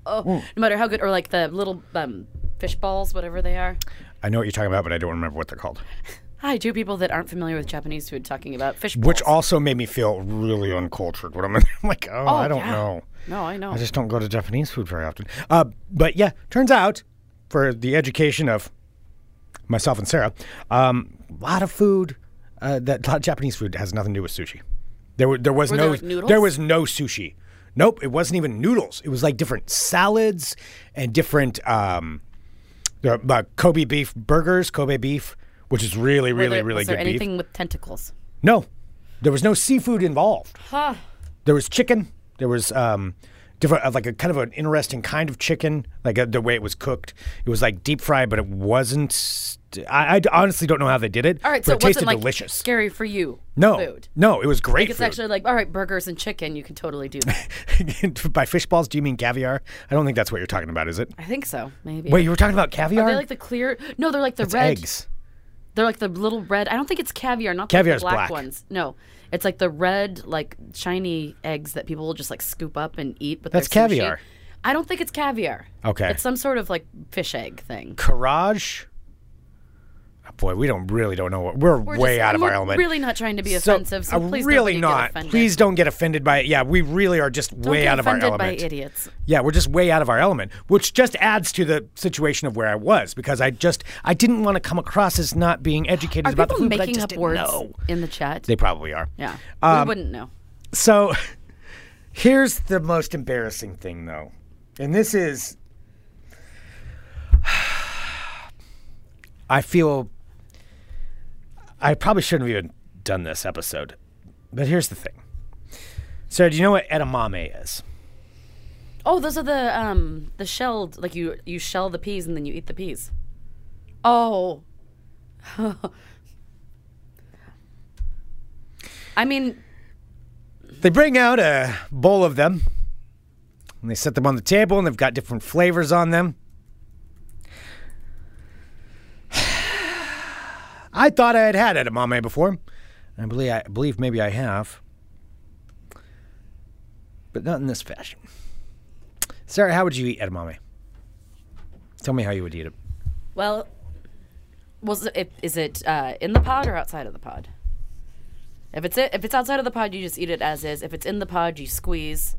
Speaker 6: Oh,
Speaker 5: Mm.
Speaker 6: no matter how good, or like the little um, fish balls, whatever they are.
Speaker 5: I know what you're talking about, but I don't remember what they're called.
Speaker 6: Hi, two people that aren't familiar with Japanese food talking about fish balls.
Speaker 5: Which also made me feel really uncultured when I'm, *laughs* I'm like, oh, I don't
Speaker 6: yeah.
Speaker 5: know.
Speaker 6: No, I know.
Speaker 5: I just don't go to Japanese food very often. Uh, but yeah, turns out for the education of myself and Sarah, um, a lot of food, uh, that a lot of Japanese food has nothing to do with sushi. There, were, there was
Speaker 6: Were
Speaker 5: no
Speaker 6: there, like, noodles?
Speaker 5: there was no sushi. Nope, it wasn't even noodles. It was like different salads and different um, uh, uh, Kobe beef burgers, Kobe beef, which is really,
Speaker 6: Were
Speaker 5: really,
Speaker 6: there-
Speaker 5: really
Speaker 6: was there
Speaker 5: good beef.
Speaker 6: anything with tentacles?
Speaker 5: No, there was no seafood involved.
Speaker 6: Huh.
Speaker 5: There was chicken. There was um, different, uh, like a kind of an interesting kind of chicken, like uh, the way it was cooked. It was like deep fried, but it wasn't. I, I honestly don't know how they did it.
Speaker 6: All right,
Speaker 5: but
Speaker 6: so
Speaker 5: it
Speaker 6: it
Speaker 5: tasted
Speaker 6: wasn't like
Speaker 5: delicious.
Speaker 6: scary for you.
Speaker 5: no,
Speaker 6: food.
Speaker 5: no, it was great.
Speaker 6: Like it's
Speaker 5: food.
Speaker 6: actually like all right, burgers and chicken. You can totally do that.
Speaker 5: *laughs* by fish balls. Do you mean caviar? I don't think that's what you're talking about, is it?
Speaker 6: I think so. Maybe.
Speaker 5: Wait, you were talking about caviar?
Speaker 6: Are they like the clear? No, they're like the
Speaker 5: it's
Speaker 6: red.
Speaker 5: eggs.
Speaker 6: They're like the little red. I don't think it's caviar. Not
Speaker 5: Caviar's
Speaker 6: the black,
Speaker 5: black.
Speaker 6: ones. No, it's like the red, like shiny eggs that people will just like scoop up and eat. But
Speaker 5: That's caviar.
Speaker 6: I don't think it's caviar.
Speaker 5: Okay.
Speaker 6: it's some sort of like fish egg thing.
Speaker 5: Courage. Oh, boy, we don't really don't know what we're,
Speaker 6: We're
Speaker 5: way
Speaker 6: just-
Speaker 5: out of
Speaker 6: we're
Speaker 5: our element.
Speaker 6: Really not trying to be
Speaker 5: So,
Speaker 6: offensive. So,
Speaker 5: uh,
Speaker 6: please
Speaker 5: really
Speaker 6: don't let me get
Speaker 5: not.
Speaker 6: offended.
Speaker 5: Please don't get offended by it. Yeah, we really are just
Speaker 6: Don't
Speaker 5: way
Speaker 6: get
Speaker 5: out of our
Speaker 6: offended
Speaker 5: element.
Speaker 6: by idiots.
Speaker 5: Yeah, we're just way out of our element, which just adds to the situation of where I was because I just I didn't want to come across as not being educated
Speaker 6: Are
Speaker 5: about the
Speaker 6: people
Speaker 5: food, but I
Speaker 6: making
Speaker 5: just
Speaker 6: up
Speaker 5: didn't
Speaker 6: words
Speaker 5: know.
Speaker 6: in the chat?
Speaker 5: They probably are.
Speaker 6: yeah, we
Speaker 5: Um,
Speaker 6: wouldn't know.
Speaker 5: So *laughs* here's the most embarrassing thing though. And this is *sighs* I feel I probably shouldn't have even done this episode. But here's the thing. Sarah, do you know what edamame is?
Speaker 6: Oh, those are the um the shelled like you you shell the peas and then you eat the peas. Oh. *laughs* I mean,
Speaker 5: They bring out a bowl of them and they set them on the table and they've got different flavors on them. *sighs* I thought I had had edamame before. I believe I believe maybe I have. But not in this fashion. Sarah, how would you eat edamame? Tell me how you would eat it.
Speaker 6: well, was it, is it uh, in the pod or outside of the pod? If it's it, if it's outside of the pod, you just eat it as is. If it's in the pod, you squeeze,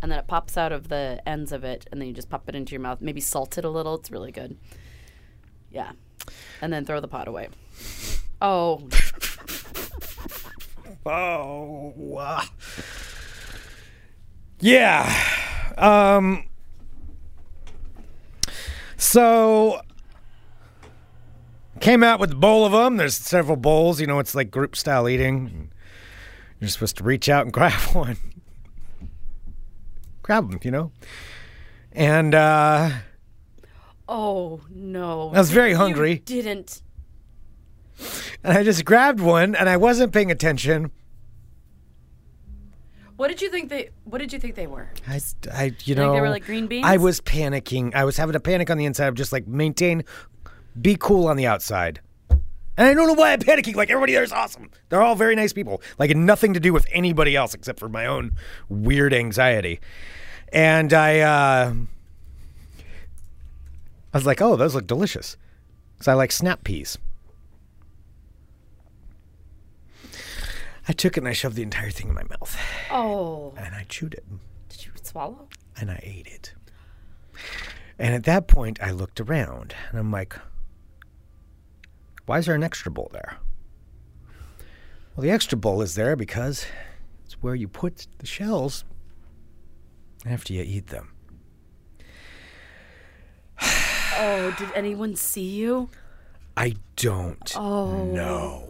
Speaker 6: and then it pops out of the ends of it, and then you just pop it into your mouth. Maybe salt it a little. It's really good. Yeah, and then throw the pod away. Oh,
Speaker 5: Oh, wow. yeah. Um, so came out with a bowl of them. There's several bowls. You know, it's like group style eating. You're supposed to reach out and *laughs* grab one. grab them, you know. And uh,
Speaker 6: oh no!
Speaker 5: I was very
Speaker 6: You
Speaker 5: hungry.
Speaker 6: didn't.
Speaker 5: and I just grabbed one, and I wasn't paying attention.
Speaker 6: What did you think they? What did you think they were?
Speaker 5: I, I, you
Speaker 6: think
Speaker 5: know,
Speaker 6: they were like green beans?
Speaker 5: I was panicking. I was having a panic on the inside of just like maintain, be cool on the outside. And I don't know why I'm panicking. Like everybody there is awesome. They're all very nice people. Like nothing to do with anybody else except for my own weird anxiety. And I, uh, I was like, oh, those look delicious. Cause I like snap peas. I took it and I shoved the entire thing in my mouth,
Speaker 6: Oh,
Speaker 5: and I chewed it
Speaker 6: did you swallow?
Speaker 5: and I ate it. And at that point, I looked around and I'm like, why is there an extra bowl there? Well, the extra bowl is there because it's where you put the shells after you eat them.
Speaker 6: Oh, did anyone see you?
Speaker 5: I don't know.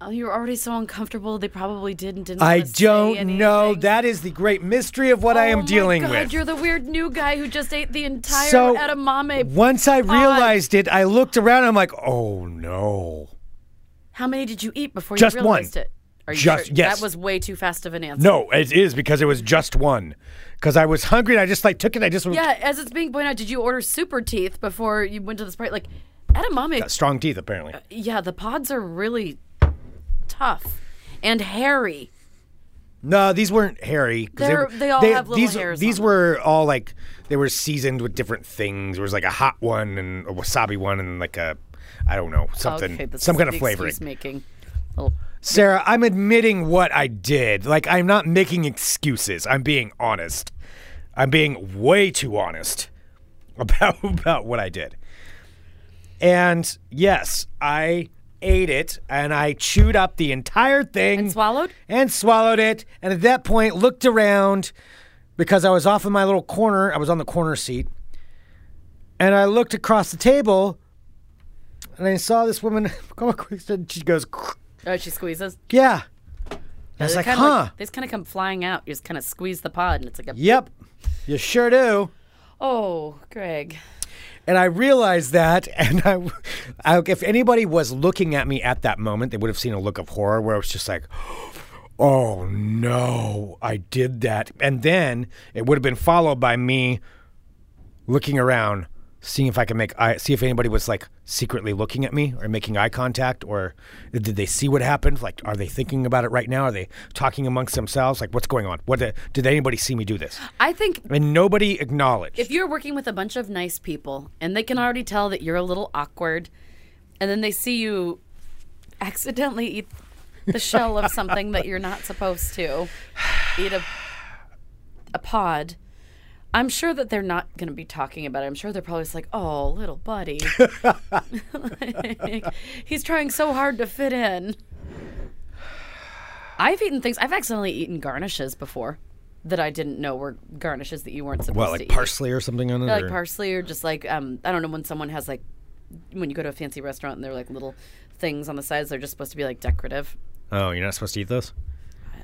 Speaker 6: Oh, you were already so uncomfortable. They probably did and didn't.
Speaker 5: I
Speaker 6: wanna say
Speaker 5: don't know.
Speaker 6: anything.
Speaker 5: That is the great mystery of what I
Speaker 6: Oh
Speaker 5: am
Speaker 6: my
Speaker 5: dealing
Speaker 6: God,
Speaker 5: with.
Speaker 6: You're the weird new guy who just ate the entire
Speaker 5: so
Speaker 6: edamame.
Speaker 5: once I realized it, I looked around. and I'm like, oh no.
Speaker 6: How many did you eat before
Speaker 5: Just
Speaker 6: you realized
Speaker 5: one.
Speaker 6: it? Are you
Speaker 5: Just-
Speaker 6: sure?
Speaker 5: yes.
Speaker 6: That was way too fast of an answer.
Speaker 5: No, it is because it was just one. Because I was hungry and I just like took it. I just was
Speaker 6: Yeah, as it's being pointed out, did you order super teeth before you went to the sprite? Like edamame.
Speaker 5: strong teeth apparently.
Speaker 6: Yeah, the pods are really tough and hairy.
Speaker 5: No, these weren't hairy. 'cause
Speaker 6: They're-
Speaker 5: were-
Speaker 6: they all have little
Speaker 5: these,
Speaker 6: hairs
Speaker 5: These
Speaker 6: on
Speaker 5: were all like they were seasoned with different things. There was like a hot one and a wasabi one and like a I
Speaker 6: Oh,
Speaker 5: don't know something
Speaker 6: Okay, this
Speaker 5: some
Speaker 6: is
Speaker 5: kind of
Speaker 6: the
Speaker 5: flavoring.
Speaker 6: excuse making. Little-
Speaker 5: Sarah, I'm admitting what I did. Like I'm not making excuses. I'm being honest. I'm being way too honest *laughs* about about what I did. And yes, I ate it and I chewed up the entire thing
Speaker 6: And swallowed?
Speaker 5: and swallowed it and at that point looked around because I was off in my little corner. I was on the corner seat. And I looked across the table and I saw this woman *laughs* come across and she goes
Speaker 6: Oh, she squeezes.
Speaker 5: yeah. I was
Speaker 6: They
Speaker 5: like,
Speaker 6: kinda
Speaker 5: huh.
Speaker 6: they just kind of come flying out. You just kind of squeeze the pod, and it's like a.
Speaker 5: yep. You sure do.
Speaker 6: Oh, Greg.
Speaker 5: And I realized that. *laughs* And I, I, if anybody was looking at me at that moment, they would have seen a look of horror where I was just like, *gasps* oh no, I did that. And then it would have been followed by me looking around, seeing if I could make eye, see if anybody was like secretly looking at me or making eye contact or did they see what happened? Like, are they thinking about it right now? Are they talking amongst themselves? Like, what's going on? What the, did anybody see me do this?
Speaker 6: I think
Speaker 5: And nobody acknowledged.
Speaker 6: if you're working with a bunch of nice people and they can already tell that you're a little awkward, and then they see you accidentally eat the shell of something that you're not supposed to eat a, a pod. I'm sure that they're not going to be talking about it. I'm sure they're probably just like, "Oh, little
Speaker 5: *laughs*
Speaker 6: buddy, *laughs* Like, he's trying so hard to fit in." I've eaten things. I've accidentally eaten garnishes before that I didn't know were garnishes that you weren't supposed
Speaker 5: What,
Speaker 6: to
Speaker 5: like
Speaker 6: eat
Speaker 5: parsley or something on it?
Speaker 6: like
Speaker 5: or-
Speaker 6: parsley or just like um I don't know when someone has like when you go to a fancy restaurant and they're like little things on the sides they're just supposed to be like decorative.
Speaker 5: Oh, you're not supposed to eat those?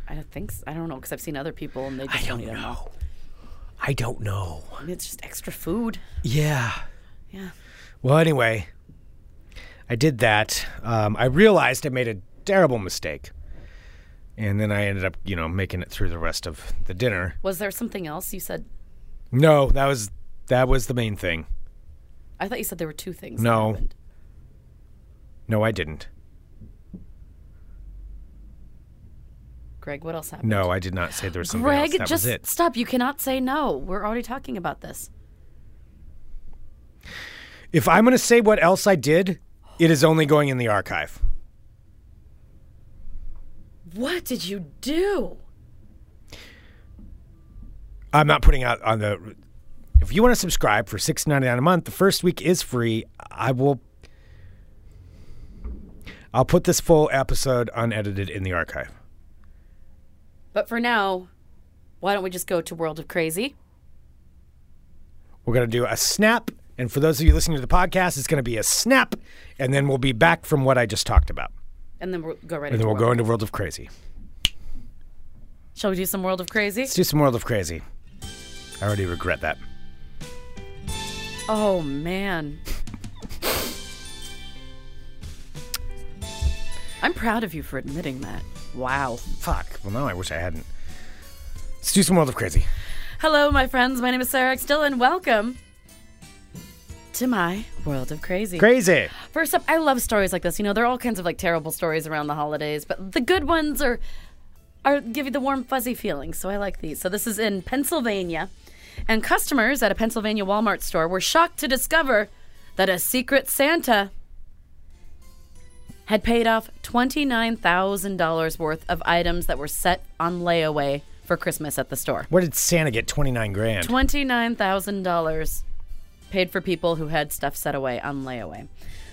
Speaker 6: I, I think s I don't know because I've seen other people and they just don't, eat them.
Speaker 5: I don't know.
Speaker 6: I mean, it's just extra food.
Speaker 5: Yeah.
Speaker 6: Yeah.
Speaker 5: Well, anyway, I did that. Um, I realized I made a terrible mistake. And then I ended up, you know, making it through the rest of the dinner.
Speaker 6: Was there something else you said?
Speaker 5: No, that was that was the main thing.
Speaker 6: I thought you said there were two things. that
Speaker 5: No.
Speaker 6: happened.
Speaker 5: No, I didn't.
Speaker 6: Greg, what else happened?
Speaker 5: No, I did not say there was something
Speaker 6: Greg,
Speaker 5: else. That
Speaker 6: just
Speaker 5: was it.
Speaker 6: stop. You cannot say no. We're already talking about this.
Speaker 5: If I'm going to say what else I did, it is only going in the archive.
Speaker 6: What did you do?
Speaker 5: I'm not putting out on the. If you want to subscribe for six ninety nine a month, the first week is free. I will. I'll put this full episode unedited in the archive.
Speaker 6: But for now, why don't we just go to World of Crazy?
Speaker 5: We're going to do a snap. And for those of you listening to the podcast, it's going to be a snap. And then we'll be back from what I just talked about.
Speaker 6: And then we'll go right
Speaker 5: And
Speaker 6: into
Speaker 5: then we'll
Speaker 6: World-
Speaker 5: go into World of Crazy.
Speaker 6: Shall we do some World of Crazy?
Speaker 5: Let's do some World of Crazy. I already regret that.
Speaker 6: Oh, man. I'm proud of you for admitting that. Wow.
Speaker 5: Fuck. Well, now I wish I hadn't. Let's do some World of Crazy.
Speaker 6: Hello, my friends. My name is Sarah X. Dillon. Welcome to my World of Crazy.
Speaker 5: Crazy.
Speaker 6: First up, I love stories like this. You know, there are all kinds of like terrible stories around the holidays, but the good ones are are give you the warm fuzzy feeling. So I like these. So this is in Pennsylvania, and customers at a Pennsylvania Walmart store were shocked to discover that a secret Santa had paid off $29,000 worth of items that were set on layaway for Christmas at the store.
Speaker 5: Where did Santa get 29 grand?
Speaker 6: $29,000 paid for people who had stuff set away on layaway.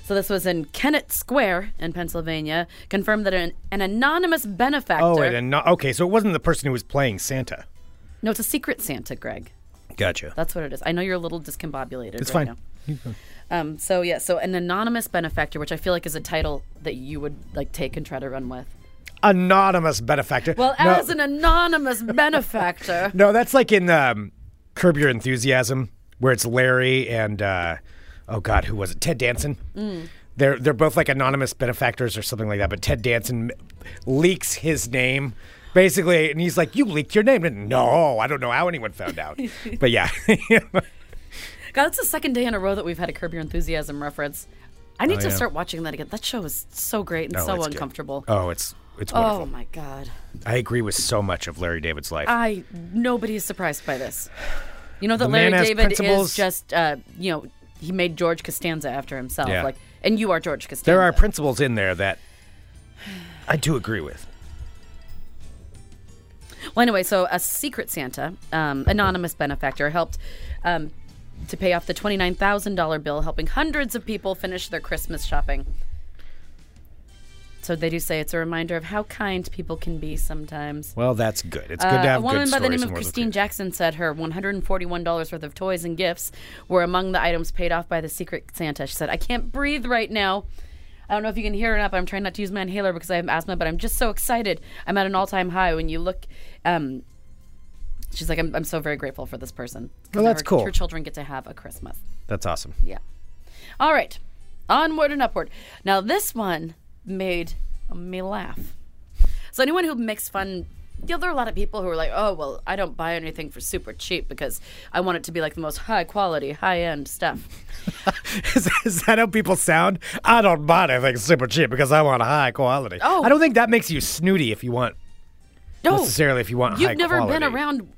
Speaker 6: So this was in Kennett Square in Pennsylvania, confirmed that an, an anonymous benefactor.
Speaker 5: Oh, and then not, okay, so it wasn't the person who was playing Santa.
Speaker 6: no, it's a secret Santa, Greg.
Speaker 5: Gotcha.
Speaker 6: That's what it is. I know you're a little discombobulated.
Speaker 5: It's
Speaker 6: right
Speaker 5: fine.
Speaker 6: Now. Um, so yeah, so an anonymous benefactor, which I feel like is a title that you would like take and try to run with.
Speaker 5: Anonymous benefactor.
Speaker 6: Well,
Speaker 5: no,
Speaker 6: as an anonymous benefactor, *laughs*
Speaker 5: no, that's like in um, Curb Your Enthusiasm, where it's Larry and uh, oh god, who was it? Ted Danson.
Speaker 6: Mm.
Speaker 5: They're they're both like anonymous benefactors or something like that. But Ted Danson leaks his name. Basically, and he's like, "You leaked your name." And, no, I don't know how anyone
Speaker 6: *laughs*
Speaker 5: found out. but yeah, *laughs*
Speaker 6: God, that's the second day in a row that we've had a Curb Your Enthusiasm reference. I need to
Speaker 5: Oh, yeah.
Speaker 6: start watching that again. That show is so great and
Speaker 5: No,
Speaker 6: so
Speaker 5: it's good.
Speaker 6: uncomfortable.
Speaker 5: Oh, it's it's
Speaker 6: Oh
Speaker 5: wonderful.
Speaker 6: my God!
Speaker 5: I agree with so much of Larry David's life.
Speaker 6: I nobody is surprised by this. You know that
Speaker 5: The
Speaker 6: Larry
Speaker 5: man has
Speaker 6: David
Speaker 5: principles.
Speaker 6: is just uh, you know he made George Costanza after himself.
Speaker 5: Yeah.
Speaker 6: Like, and uh, you are George Costanza.
Speaker 5: there are principles in there that I do agree with.
Speaker 6: Well, anyway, so a secret Santa, um, anonymous benefactor, helped um, to pay off the twenty-nine thousand dollar bill, helping hundreds of people finish their Christmas shopping. So they do say it's a reminder of how kind people can be sometimes.
Speaker 5: Well, that's good. It's good
Speaker 6: Uh,
Speaker 5: to have
Speaker 6: a woman
Speaker 5: good
Speaker 6: by the
Speaker 5: stories
Speaker 6: name
Speaker 5: in
Speaker 6: of
Speaker 5: World
Speaker 6: Christine
Speaker 5: Peace.
Speaker 6: Jackson said her $141 worth of toys and gifts were among the items paid off by the Secret Santa. She said, I can't breathe right now. I don't know if you can hear it up. I'm trying not to use my inhaler because I have asthma, but I'm just so excited. I'm at an all time high. When you look, um, she's like, I'm, I'm so very grateful for this person. 'Cause
Speaker 5: Well,
Speaker 6: now
Speaker 5: that's
Speaker 6: her-
Speaker 5: cool.
Speaker 6: Her children get to have a Christmas.
Speaker 5: That's awesome. *laughs*
Speaker 6: Yeah. All right. Onward and upward. Now, this one made me laugh. So, anyone who makes fun, you know, there are a lot of people who are like, oh, well, I don't buy anything for super cheap because I want it to be like the most high quality, high end stuff.
Speaker 5: is, is that how people sound? I don't buy anything super cheap because I want high quality.
Speaker 6: Oh.
Speaker 5: I don't think that makes you snooty if you want
Speaker 6: No.
Speaker 5: necessarily if you want high
Speaker 6: You've never
Speaker 5: quality.
Speaker 6: been around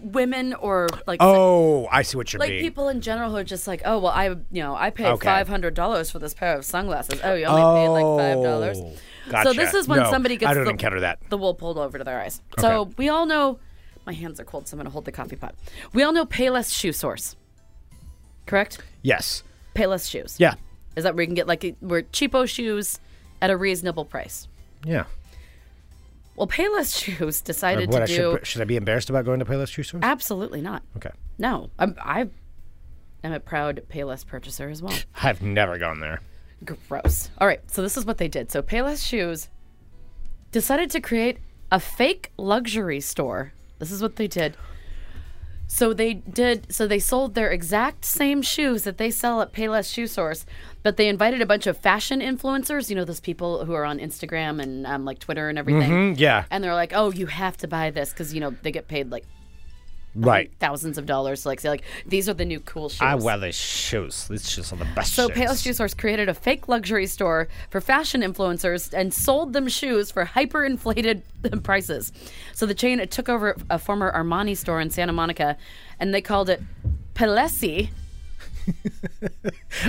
Speaker 6: women or like.
Speaker 5: Oh, I see what you
Speaker 6: Like
Speaker 5: mean.
Speaker 6: people in general who are just like, oh well, I you know I paid
Speaker 5: Okay.
Speaker 6: five hundred dollars for this pair of sunglasses. Oh, you only paid like five dollars.
Speaker 5: oh, gotcha.
Speaker 6: So this is when
Speaker 5: No,
Speaker 6: somebody gets
Speaker 5: I don't
Speaker 6: the,
Speaker 5: encounter that.
Speaker 6: the wool pulled over to their eyes. So
Speaker 5: Okay.
Speaker 6: we all know my hands are cold, so I'm gonna hold the coffee pot. We all know Payless Shoe Source. Correct?
Speaker 5: Yes.
Speaker 6: Payless shoes.
Speaker 5: Yeah.
Speaker 6: Is that where you can get like a- where cheapo shoes at a reasonable price?
Speaker 5: Yeah.
Speaker 6: Well, Payless *laughs* shoes
Speaker 5: Uh,
Speaker 6: decided
Speaker 5: What
Speaker 6: to
Speaker 5: I
Speaker 6: do Ah.
Speaker 5: should, should I be embarrassed about going to Payless Shoe Store?
Speaker 6: absolutely not.
Speaker 5: Okay.
Speaker 6: No, I'm, I am a proud Payless purchaser as well.
Speaker 5: I've never gone there.
Speaker 6: Gross. All right, so this is what they did. So Payless Shoes decided to create a fake luxury store. This is what they did. So they did. So they sold their exact same shoes that they sell at Payless Shoe Source, but they invited a bunch of fashion influencers. You know those people who are on Instagram and um, like Twitter and everything.
Speaker 5: Mm, yeah.
Speaker 6: And they're like, "Oh, you have to buy this because you know they get paid like
Speaker 5: Right.
Speaker 6: thousands of dollars." So like, say like these are the new cool shoes.
Speaker 5: I wear these shoes. These shoes are the best
Speaker 6: So
Speaker 5: shoes.
Speaker 6: Payless Shoe Source created a fake luxury store for fashion influencers and sold them shoes for hyperinflated *laughs* prices. So the chain it took over a former Armani store in Santa Monica, and they called it Pelesi.
Speaker 5: *laughs*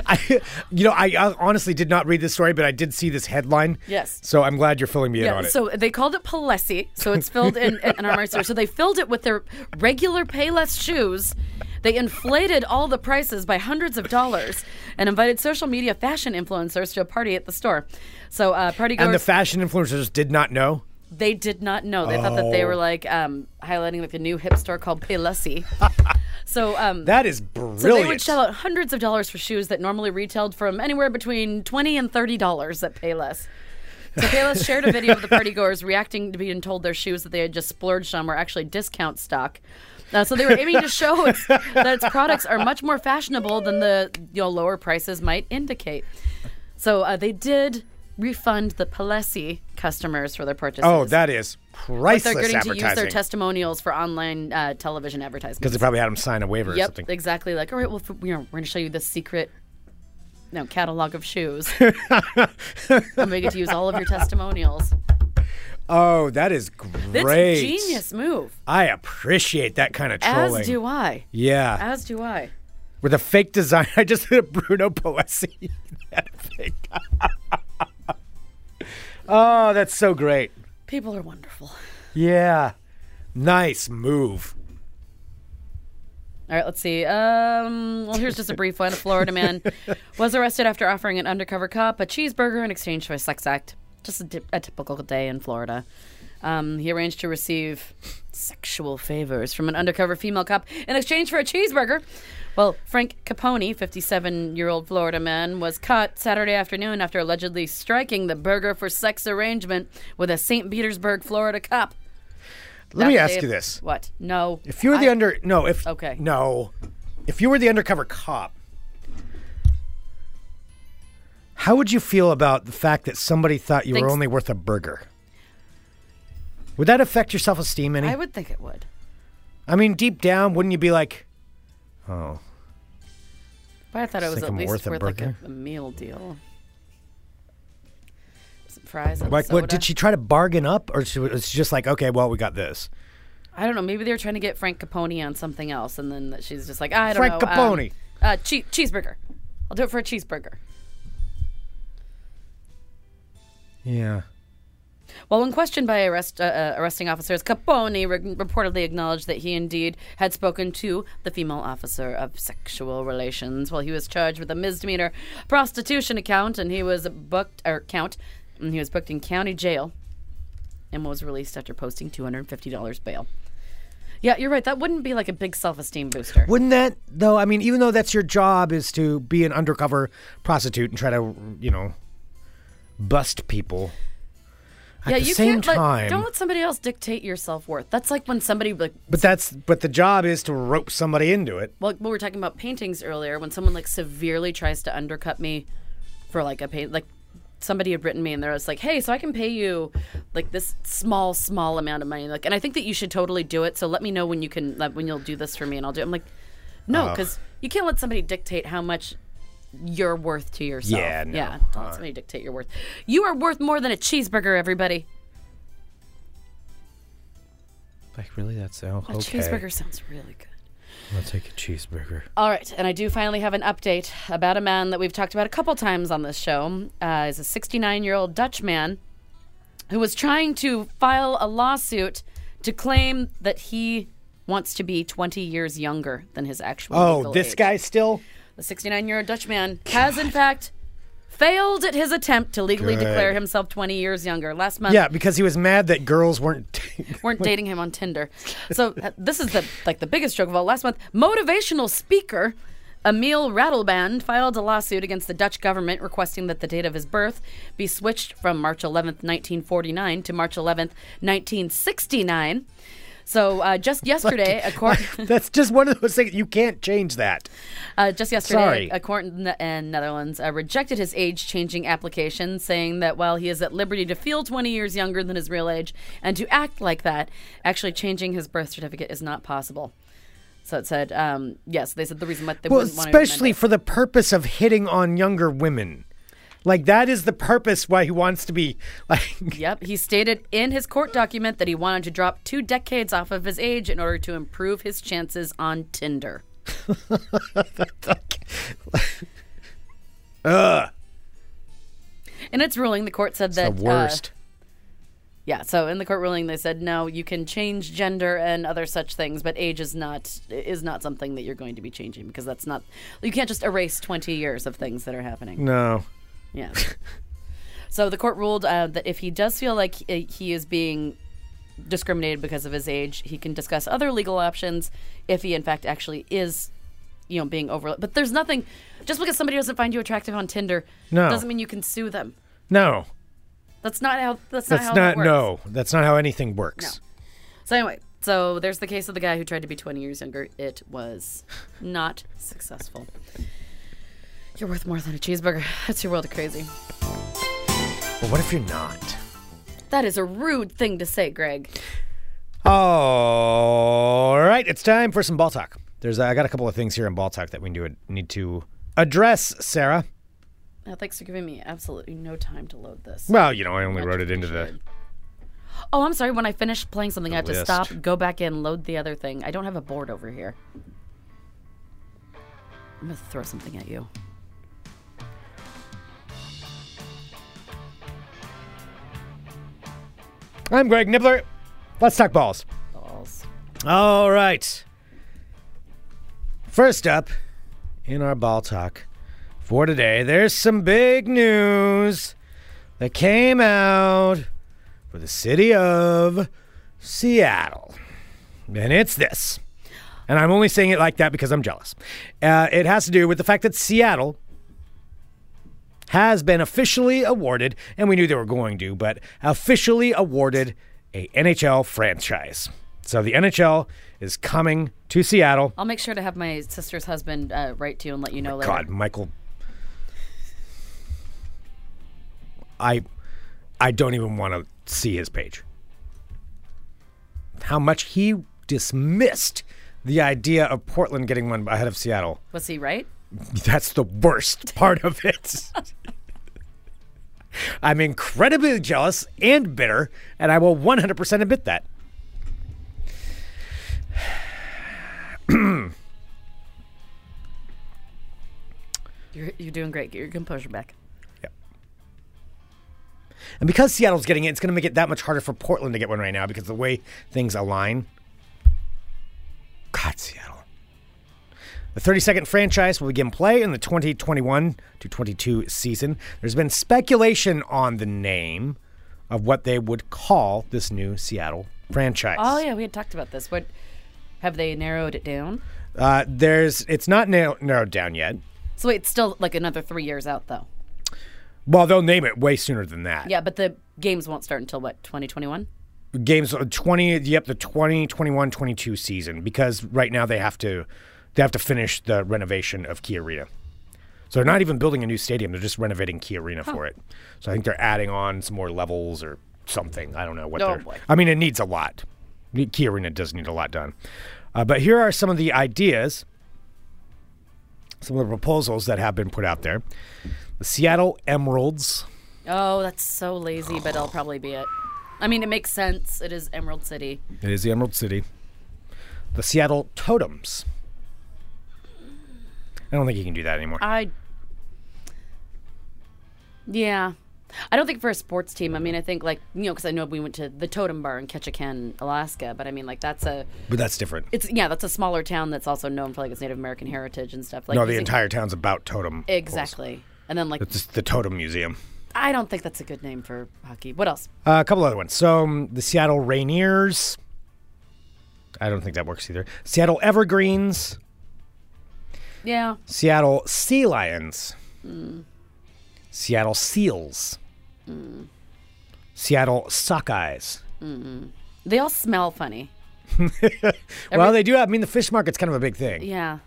Speaker 5: I, you know, I, I honestly did not read this story, but I did see this headline.
Speaker 6: Yes.
Speaker 5: So I'm glad you're filling me in
Speaker 6: Yeah,
Speaker 5: on it.
Speaker 6: so they called it Palesi. So it's filled in in our store. So they filled it with their regular Payless shoes. They inflated all the prices by hundreds of dollars and invited social media fashion influencers to a party at the store. So uh, party
Speaker 5: and
Speaker 6: goers,
Speaker 5: the fashion influencers did not know.
Speaker 6: they did not know. They thought that they
Speaker 5: Oh.
Speaker 6: were like um, highlighting like a new hip store called
Speaker 5: *laughs*
Speaker 6: Palesi. so um,
Speaker 5: That is
Speaker 6: so
Speaker 5: brilliant.
Speaker 6: they would shell out hundreds of dollars for shoes that normally retailed from anywhere between twenty and thirty dollars at Payless. So Payless shared a video of the partygoers reacting to being told their shoes that they had just splurged on were actually discount stock. Uh, so they were aiming to show it's, that its products are much more fashionable than the you know, lower prices might indicate. So uh, they did refund the Palesi customers for their purchases.
Speaker 5: oh, that is priceless
Speaker 6: they're getting to
Speaker 5: advertising.
Speaker 6: use their testimonials for online uh, television advertisements.
Speaker 5: because they probably had them sign a waiver or
Speaker 6: Yep,
Speaker 5: something.
Speaker 6: exactly. Like, all right, well, if, you know, we're going to show you the secret, no, catalog of
Speaker 5: *laughs*
Speaker 6: shoes. and we get to use all of your testimonials.
Speaker 5: oh, that is
Speaker 6: That's
Speaker 5: great.
Speaker 6: a genius move.
Speaker 5: I appreciate that kind of
Speaker 6: As
Speaker 5: trolling.
Speaker 6: do I.
Speaker 5: yeah.
Speaker 6: As do I.
Speaker 5: With a fake design. *laughs* I just did a Bruno Palesi. *laughs* That fake. *laughs* oh, that's so great.
Speaker 6: People are wonderful.
Speaker 5: Yeah. Nice move.
Speaker 6: All right, let's see. Um, well, here's just a brief one. A Florida
Speaker 5: *laughs*
Speaker 6: man was arrested after offering an undercover cop a cheeseburger in exchange for a sex act. Just a, di- a typical day in Florida. Um, he arranged to receive sexual favors from an undercover female cop in exchange for a cheeseburger. Well, Frank Capone, 57 year old Florida man, was caught Saturday afternoon after allegedly striking the burger for sex arrangement with a St. Petersburg, Florida cop.
Speaker 5: Let me
Speaker 6: That
Speaker 5: ask
Speaker 6: day-
Speaker 5: you this.
Speaker 6: What? No.
Speaker 5: If you were the
Speaker 6: I-
Speaker 5: under no, if
Speaker 6: Okay.
Speaker 5: no, if you were the undercover cop, how would you feel about the fact that somebody thought you were
Speaker 6: Thanks.
Speaker 5: only worth a burger? Would that affect your self-esteem any?
Speaker 6: I would think it would.
Speaker 5: I mean, deep down, wouldn't you be like, "Oh,
Speaker 6: But I thought it was
Speaker 5: Think
Speaker 6: at
Speaker 5: I'm
Speaker 6: least
Speaker 5: worth
Speaker 6: worth,
Speaker 5: a
Speaker 6: like a,
Speaker 5: burger?
Speaker 6: a meal deal. Some fries. And
Speaker 5: like
Speaker 6: soda.
Speaker 5: what did she try to bargain up, or she was just like, okay, well, we got this."
Speaker 6: I don't know. Maybe they were trying to get Frank Capone on something else, and then that she's just like, I don't
Speaker 5: Frank
Speaker 6: know. um,
Speaker 5: Capone.
Speaker 6: uh, che- cheeseburger. I'll do it for a cheeseburger.
Speaker 5: Yeah.
Speaker 6: Well, when questioned by arrest, uh, uh, arresting officers, Capone re- reportedly acknowledged that he indeed had spoken to the female officer of sexual relations while he was charged with a misdemeanor prostitution account, and he was booked or count, and he was booked in county jail, and was released after posting two hundred and fifty dollars bail. Yeah, you're right. That wouldn't be like a big self-esteem booster.
Speaker 5: Wouldn't that though? I mean, even though that's your job is to be an undercover prostitute and try to, you know, bust people. At
Speaker 6: yeah,
Speaker 5: the
Speaker 6: you
Speaker 5: same
Speaker 6: can't let-
Speaker 5: time,
Speaker 6: don't let somebody else dictate your self-worth. That's like when somebody like
Speaker 5: But that's but the job is to rope somebody into it.
Speaker 6: well, we were talking about paintings earlier when someone like severely tries to undercut me for like a paint like somebody had written me and they're just like hey so i can pay you like this small small amount of money like and i think that you should totally do it so let me know when you can like, when you'll do this for me and i'll do it i'm like no
Speaker 5: Uh.
Speaker 6: because you can't let somebody dictate how much you're worth to yourself
Speaker 5: Yeah, no.
Speaker 6: yeah don't let somebody dictate your worth you are worth more than a cheeseburger everybody
Speaker 5: Like really, that's oh,
Speaker 6: a cheeseburger sounds really good
Speaker 5: I'll take a cheeseburger.
Speaker 6: All right, and I do finally have an update about a man that we've talked about a couple times on this show. Uh, is a 69 year old Dutch man who was trying to file a lawsuit to claim that he wants to be 20 years younger than his actual.
Speaker 5: Oh,
Speaker 6: legal
Speaker 5: this
Speaker 6: age.
Speaker 5: guy still?
Speaker 6: the 69 year old Dutch man, has in fact failed at his attempt to legally
Speaker 5: Good.
Speaker 6: declare himself 20 years younger. Last month,
Speaker 5: Yeah, because he was mad that girls weren't. *laughs*
Speaker 6: weren't dating him on Tinder. So uh, this is the like the biggest joke of all. Last month, motivational speaker Emil Rattleband filed a lawsuit against the Dutch government requesting that the date of his birth be switched from March 11th, 1949 to March 11th, 1969. So uh, just yesterday, a court,
Speaker 5: That's just one of those things. You can't change that.
Speaker 6: uh, just yesterday,
Speaker 5: Sorry.
Speaker 6: a court in the in Netherlands uh, rejected his age-changing application, saying that while he is at liberty to feel 20 years younger than his real age and to act like that, actually changing his birth certificate is not possible. So it said, um, yes, they said the reason why they
Speaker 5: Well,
Speaker 6: wouldn't want to amend
Speaker 5: especially
Speaker 6: it.
Speaker 5: for the purpose of hitting on younger women. Like that is the purpose why he wants to be *laughs* like
Speaker 6: Yep, he stated in his court document that he wanted to drop two decades off of his age in order to improve his chances on Tinder. In its ruling, the court said
Speaker 5: the
Speaker 6: that uh,
Speaker 5: worst.
Speaker 6: yeah, so in the court ruling, they said no, you can change gender and other such things, but age is not is not something that you're going to be changing because that's not you can't just erase 20 years of things that are happening.
Speaker 5: no.
Speaker 6: Yeah. so the court ruled uh, that if he does feel like he, he is being discriminated because of his age, he can discuss other legal options if he, in fact, actually is, you know, being overlooked. But there's nothing. Just because somebody doesn't find you attractive on Tinder
Speaker 5: No.
Speaker 6: doesn't mean you can sue them.
Speaker 5: No.
Speaker 6: That's not how. That's, not
Speaker 5: That's
Speaker 6: how.
Speaker 5: not
Speaker 6: that works.
Speaker 5: no. That's not how anything works.
Speaker 6: So anyway, so there's the case of the guy who tried to be 20 years younger. It was not successful. You're worth more than a cheeseburger. *laughs* That's your world of crazy.
Speaker 5: But what if you're not?
Speaker 6: That is a rude thing to say, Greg.
Speaker 5: All right, it's time for some ball talk. There's I got a couple of things here in ball talk that we do need to address, Sarah.
Speaker 6: Uh, thanks for giving me absolutely no time to load this.
Speaker 5: Well, you know, I only wrote it into the
Speaker 6: Oh, I'm sorry. When I finish playing something, I have
Speaker 5: list.
Speaker 6: to stop, go back in, load the other thing. I don't have a board over here. I'm going to throw something at you.
Speaker 5: I'm Greg Nibbler. Let's talk balls.
Speaker 6: Balls.
Speaker 5: All right. First up in our ball talk for today, there's some big news that came out for the city of Seattle. And it's this. And I'm only saying it like that because I'm jealous. Uh, it has to do with the fact that Seattle has been officially awarded, and we knew they were going to, but officially awarded a NHL franchise. So the NHL is coming to Seattle.
Speaker 6: I'll make sure to have my sister's husband uh, write to you and let you know later.
Speaker 5: Oh God, Michael. I I don't even want to see his page. How much he dismissed the idea of Portland getting one ahead of Seattle.
Speaker 6: Was he right?
Speaker 5: That's the worst part of it. I'm incredibly jealous and bitter, and I will 100% admit that.
Speaker 6: You're, you're doing great. Get your composure back.
Speaker 5: And because Seattle's getting it, it's going to make it that much harder for Portland to get one right now because the way things align. God, Seattle. The 32nd franchise will begin play in the 2021 to 22 season. There's been speculation on the name of what they would call this new Seattle franchise.
Speaker 6: Oh, yeah. We had talked about this. What Have they narrowed it down?
Speaker 5: Uh, there's it's not narrow, narrowed down yet.
Speaker 6: So wait, it's still like another three years out, though.
Speaker 5: Well, they'll name it way sooner than that.
Speaker 6: Yeah, but the games won't start until what, 2021?
Speaker 5: Games uh, 20 yep, the 20 21 22 season because right now they have to they have to finish the renovation of Key Arena. So they're not even building a new stadium, they're just renovating Key Arena for it. So I think they're adding on some more levels or something. I don't know what
Speaker 6: Oh,
Speaker 5: they're
Speaker 6: boy.
Speaker 5: I mean it needs a lot. Key Arena does need a lot done. Uh, but here are some of the ideas some of the proposals that have been put out there. The Seattle Emeralds
Speaker 6: Oh, that's so lazy, but I'll probably be it. I mean, it makes sense. It is Emerald City.
Speaker 5: It is the Emerald City. The Seattle Totems. I don't think you can do that anymore.
Speaker 6: I. Yeah. I don't think for a sports team. I mean, I think like you know, because I know we went to the Totem Bar in Ketchikan, Alaska. But I mean, like that's a,
Speaker 5: but that's different.
Speaker 6: it's yeah, that's a smaller town that's also known for like its Native American heritage and stuff. Like
Speaker 5: no, the
Speaker 6: using-
Speaker 5: entire town's about totem. poles.
Speaker 6: exactly. And then like
Speaker 5: It's just the Totem Museum.
Speaker 6: I don't think that's a good name for hockey. What else?
Speaker 5: Uh, a couple other ones. So um, the Seattle Rainiers. I don't think that works either. Seattle Evergreens.
Speaker 6: Yeah,
Speaker 5: Seattle Sea Lions.
Speaker 6: Hmm.
Speaker 5: Seattle Seals.
Speaker 6: Hmm.
Speaker 5: Seattle Sockeyes.
Speaker 6: they all smell funny.
Speaker 5: well, they do have. I mean, the fish market's kind of a big thing.
Speaker 6: Yeah.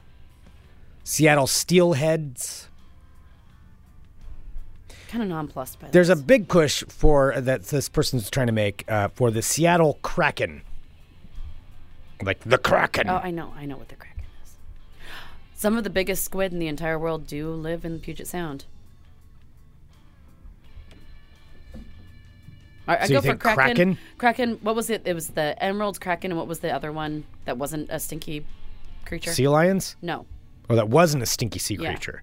Speaker 5: Seattle Steelheads.
Speaker 6: Kind of nonplussed by
Speaker 5: There's a
Speaker 6: this.
Speaker 5: big push for uh, that this person's trying to make uh, for the Seattle Kraken. Like the Kraken.
Speaker 6: Oh, I know. I know what the Kraken is. *gasps* Some of the biggest squid in the entire world do live in Puget Sound. All right, I
Speaker 5: So you
Speaker 6: go for
Speaker 5: think
Speaker 6: Kraken.
Speaker 5: Kraken?
Speaker 6: Kraken, What was it? It was the Emerald Kraken, and what was the other one that wasn't a stinky creature?
Speaker 5: Sea lions?
Speaker 6: No.
Speaker 5: Oh, that wasn't a stinky sea
Speaker 6: Yeah.
Speaker 5: creature.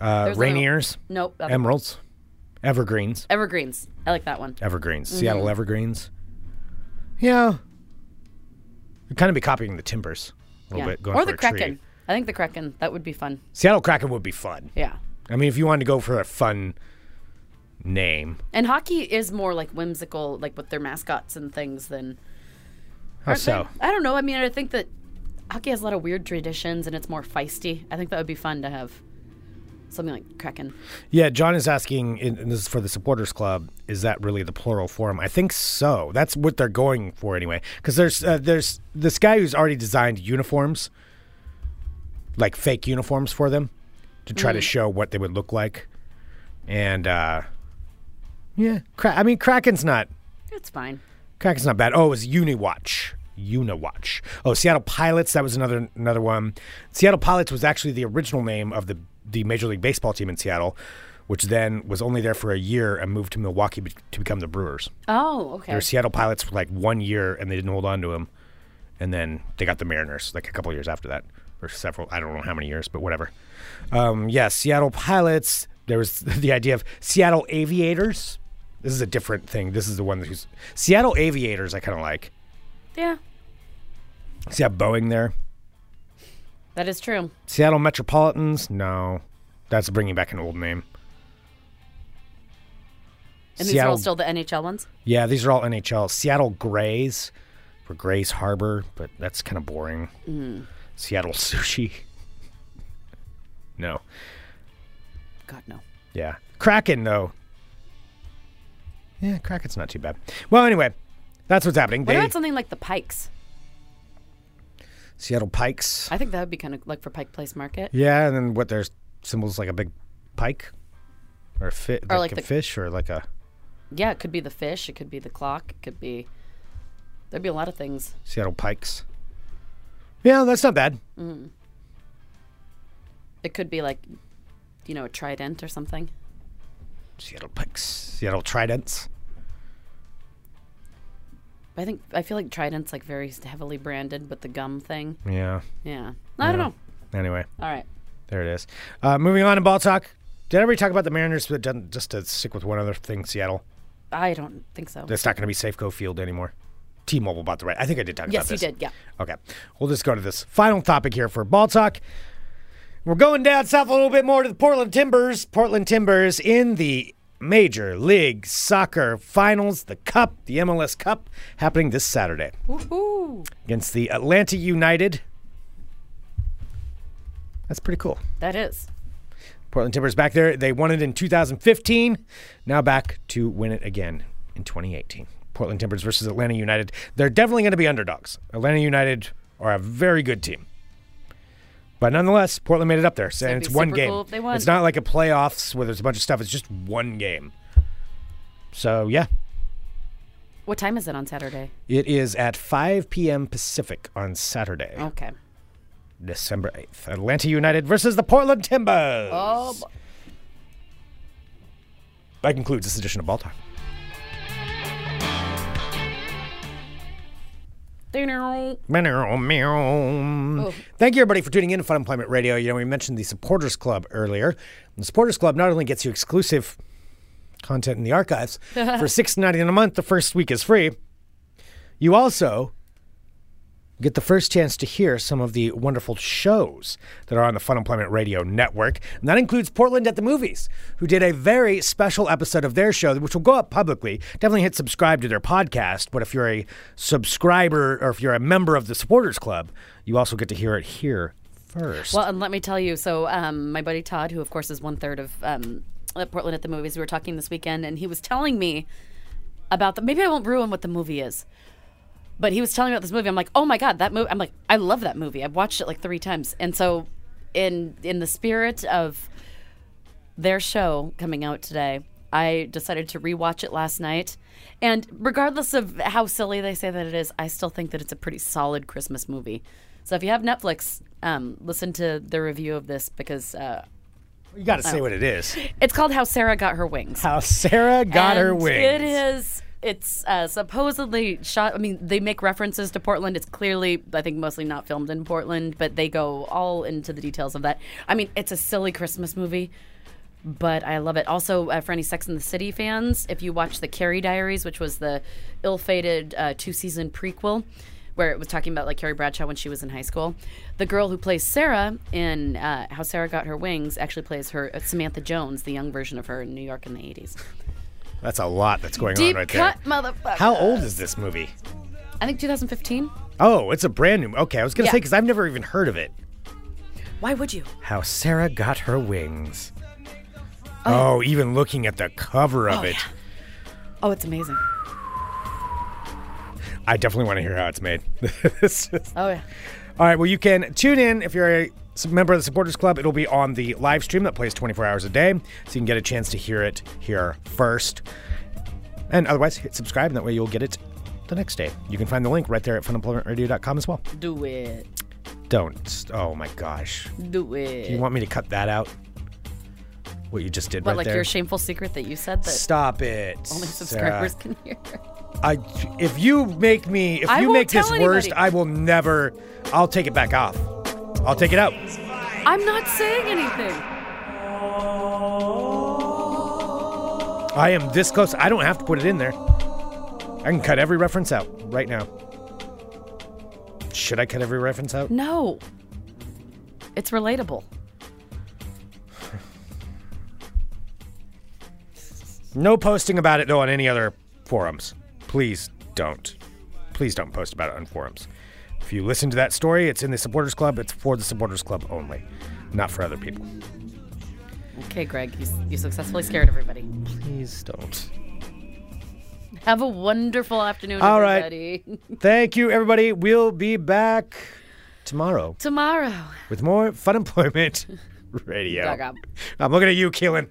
Speaker 5: Uh,
Speaker 6: There's another-
Speaker 5: Rainiers,
Speaker 6: Nope. other-
Speaker 5: emeralds, evergreens,
Speaker 6: Evergreens. I like that one.
Speaker 5: evergreens,
Speaker 6: Mm-hmm.
Speaker 5: Seattle evergreens. Yeah, we'd kind of be copying the timbers a little
Speaker 6: Yeah.
Speaker 5: bit, going
Speaker 6: or
Speaker 5: for
Speaker 6: the
Speaker 5: a tree.
Speaker 6: Kraken. I think the Kraken. That would be fun.
Speaker 5: Seattle Kraken would be fun.
Speaker 6: Yeah.
Speaker 5: I mean, if you wanted to go for a fun name,
Speaker 6: And hockey is more like whimsical, like with their mascots and things than
Speaker 5: how
Speaker 6: Aren't
Speaker 5: so?
Speaker 6: they? I don't know. I mean, I think that hockey has a lot of weird traditions and it's more feisty. I think that would be fun to have something like Kraken.
Speaker 5: Yeah, John is asking, and and this is for the supporters club. Is that really the plural form? I think so. That's what they're going for anyway. Because there's uh, there's this guy who's already designed uniforms, like fake uniforms for them, to try to show what they would look like. And uh, yeah, cra- I mean, Kraken's not
Speaker 6: It's fine.
Speaker 5: Kraken's not bad. Oh, it was Uniwatch. Uniwatch. Oh, Seattle Pilots. That was another another one. Seattle Pilots was actually the original name of the the Major League Baseball team in Seattle, which then was only there for a year and moved to Milwaukee be- to become the Brewers.
Speaker 6: Oh, okay.
Speaker 5: They were Seattle Pilots for like one year, and they didn't hold on to him, and then they got the Mariners like a couple years after that, or several. I don't know how many years, but whatever. Um, yeah, Seattle Pilots. There was *laughs* the idea of Seattle Aviators. This is a different thing. This is the one who's Seattle Aviators. I kind of like.
Speaker 6: yeah,
Speaker 5: See how Boeing there.
Speaker 6: that is true.
Speaker 5: Seattle Metropolitans. No, that's bringing back an old name.
Speaker 6: And these are all still the NHL ones.
Speaker 5: Yeah, these are all NHL. Seattle Grays for Grays Harbor, but that's kind of boring. Mm. Seattle Sushi. no.
Speaker 6: God no.
Speaker 5: Yeah. Kraken, though. Yeah, Kraken's not too bad. Well, anyway, that's what's happening.
Speaker 6: What
Speaker 5: They-
Speaker 6: about something like the Pikes?
Speaker 5: Seattle Pikes.
Speaker 6: I think that would be kind of like for Pike Place Market.
Speaker 5: yeah, and then what their symbol's like a big pike or a, fi- like
Speaker 6: like
Speaker 5: a
Speaker 6: the-
Speaker 5: fish or like a
Speaker 6: Yeah, it could be the fish. It could be the clock. It could be. There'd be a lot of things.
Speaker 5: Seattle Pikes. Yeah, that's not bad.
Speaker 6: It could be like, you know, a trident or something.
Speaker 5: Seattle Pikes. Seattle Tridents.
Speaker 6: But I think I feel like tridents like very heavily branded with the gum thing.
Speaker 5: Yeah.
Speaker 6: Yeah. I don't know.
Speaker 5: Anyway.
Speaker 6: All right.
Speaker 5: There it is. Uh, moving on to ball talk. Did I already talk about the Mariners? But done- just to stick with one other thing, Seattle.
Speaker 6: I don't think so.
Speaker 5: That's not going to be Safeco Field anymore. T-Mobile bought the right. I think I did talk
Speaker 6: Yes,
Speaker 5: about
Speaker 6: you
Speaker 5: this.
Speaker 6: did. Yeah.
Speaker 5: Okay. We'll just go to this final topic here for ball talk. We're going down south a little bit more to the Portland Timbers. Portland Timbers in the Major League Soccer Finals, the Cup, the MLS Cup, happening this Saturday
Speaker 6: Woohoo!
Speaker 5: against the Atlanta United. That's pretty cool.
Speaker 6: That is.
Speaker 5: Portland Timbers back there. They won it in 2015. Now back to win it again in 2018. Portland Timbers versus Atlanta United. They're definitely going to be underdogs. Atlanta United are a very good team. But nonetheless, Portland made it up there. and
Speaker 6: it'd
Speaker 5: it's
Speaker 6: be
Speaker 5: one
Speaker 6: super
Speaker 5: game.
Speaker 6: cool if they won.
Speaker 5: It's not like a playoffs where there's a bunch of stuff. It's just one game. So, yeah.
Speaker 6: What time is it on Saturday?
Speaker 5: It is at 5 p.m. Pacific on Saturday,
Speaker 6: Okay.
Speaker 5: December 8th. Atlanta United versus the Portland Timbers.
Speaker 6: Oh,
Speaker 5: That concludes this edition of Ball Talk.
Speaker 6: bo-
Speaker 5: Meow, meow. Oh. Thank you, everybody, for tuning in to Fun Employment Radio. You know, we mentioned the Supporters Club earlier. And the Supporters Club not only gets you exclusive content in the archives for six ninety nine a month, the first week is free. You also get the first chance to hear some of the wonderful shows that are on the Fun Employment Radio Network. And that includes Portland at the Movies, who did a very special episode of their show, which will go up publicly. Definitely hit subscribe to their podcast. But if you're a subscriber or if you're a member of the Supporters Club, you also get to hear it here first.
Speaker 6: Well, and let me tell you. So, um, my buddy Todd, who of course is one third of um, at Portland at the movies, we were talking this weekend, and he was telling me about the. Maybe I won't ruin what the movie is, But he was telling me about this movie. I'm like, oh my god, that movie. I'm like, I love that movie. I've watched it like three times. And so, in in the spirit of their show coming out today, I decided to rewatch it last night. And regardless of how silly they say that it is, I still think that it's a pretty solid Christmas movie. So if you have Netflix, um, listen to the review of this because uh,
Speaker 5: You got to
Speaker 6: oh.
Speaker 5: say what it is.
Speaker 6: it's called "How Sarah Got Her Wings."
Speaker 5: How Sarah got her
Speaker 6: And
Speaker 5: wings.
Speaker 6: It is. It's uh, supposedly shot. I mean, they make references to Portland. It's clearly, I think, mostly not filmed in Portland, but they go all into the details of that. I mean, it's a silly Christmas movie, but I love it. Also, uh, for any Sex and the City fans, if you watch the Carrie Diaries, which was the ill-fated uh, two-season prequel, where it was talking about like Carrie Bradshaw when she was in high school, the girl who plays Sarah in uh, How Sarah Got Her Wings actually plays her uh, Samantha Jones, the young version of her in New York in the '80s.
Speaker 5: That's a lot that's going on
Speaker 6: Deep
Speaker 5: right
Speaker 6: cut,
Speaker 5: there.
Speaker 6: motherfucker.
Speaker 5: How old is this movie?
Speaker 6: I think 2015.
Speaker 5: Oh, it's a brand new. Okay, I was going to 'cause say
Speaker 6: Yeah.
Speaker 5: because I've never even heard of it.
Speaker 6: Why would you?
Speaker 5: How Sarah got her wings. Oh, even looking at the cover of
Speaker 6: Oh,
Speaker 5: it,
Speaker 6: Oh, it's amazing.
Speaker 5: I definitely want to hear how it's made. *laughs* This is-
Speaker 6: Oh yeah.
Speaker 5: All right, well, you can tune in if you're a s- member of the Supporters Club. It'll be on the live stream that plays 24 hours a day, so you can get a chance to hear it here first. And otherwise, hit subscribe, and that way you'll get it the next day. You can find the link right there at funemploymentradio.com as well.
Speaker 6: Do it.
Speaker 5: Don't. Oh my gosh.
Speaker 6: Do it.
Speaker 5: You want me to cut that out? What you just did
Speaker 6: what,
Speaker 5: right
Speaker 6: like
Speaker 5: there?
Speaker 6: your shameful secret that you said that
Speaker 5: Stop it.
Speaker 6: only
Speaker 5: Sarah.
Speaker 6: subscribers can hear?
Speaker 5: I, if you make me, if
Speaker 6: I
Speaker 5: you
Speaker 6: won't
Speaker 5: make this
Speaker 6: tell
Speaker 5: worst,
Speaker 6: anybody.
Speaker 5: I will never. I'll take it back off. I'll take it out.
Speaker 6: I'm not saying anything.
Speaker 5: I am this close. I don't have to put it in there. I can cut every reference out right now. Should I cut every reference out?
Speaker 6: No. It's relatable.
Speaker 5: No posting about it though on any other forums. Please don't. Please don't post about it on forums. If you listen to that story, it's in the supporters club. It's for the supporters club only, not for other people.
Speaker 6: Okay, Greg, you, you successfully scared everybody.
Speaker 5: Please don't.
Speaker 6: Have a wonderful afternoon,
Speaker 5: All right.
Speaker 6: everybody. *laughs*
Speaker 5: Thank you, everybody. We'll be back tomorrow
Speaker 6: Tomorrow.
Speaker 5: with more Fun Employment Radio.
Speaker 6: Dog up.
Speaker 5: I'm looking at you, Keelan.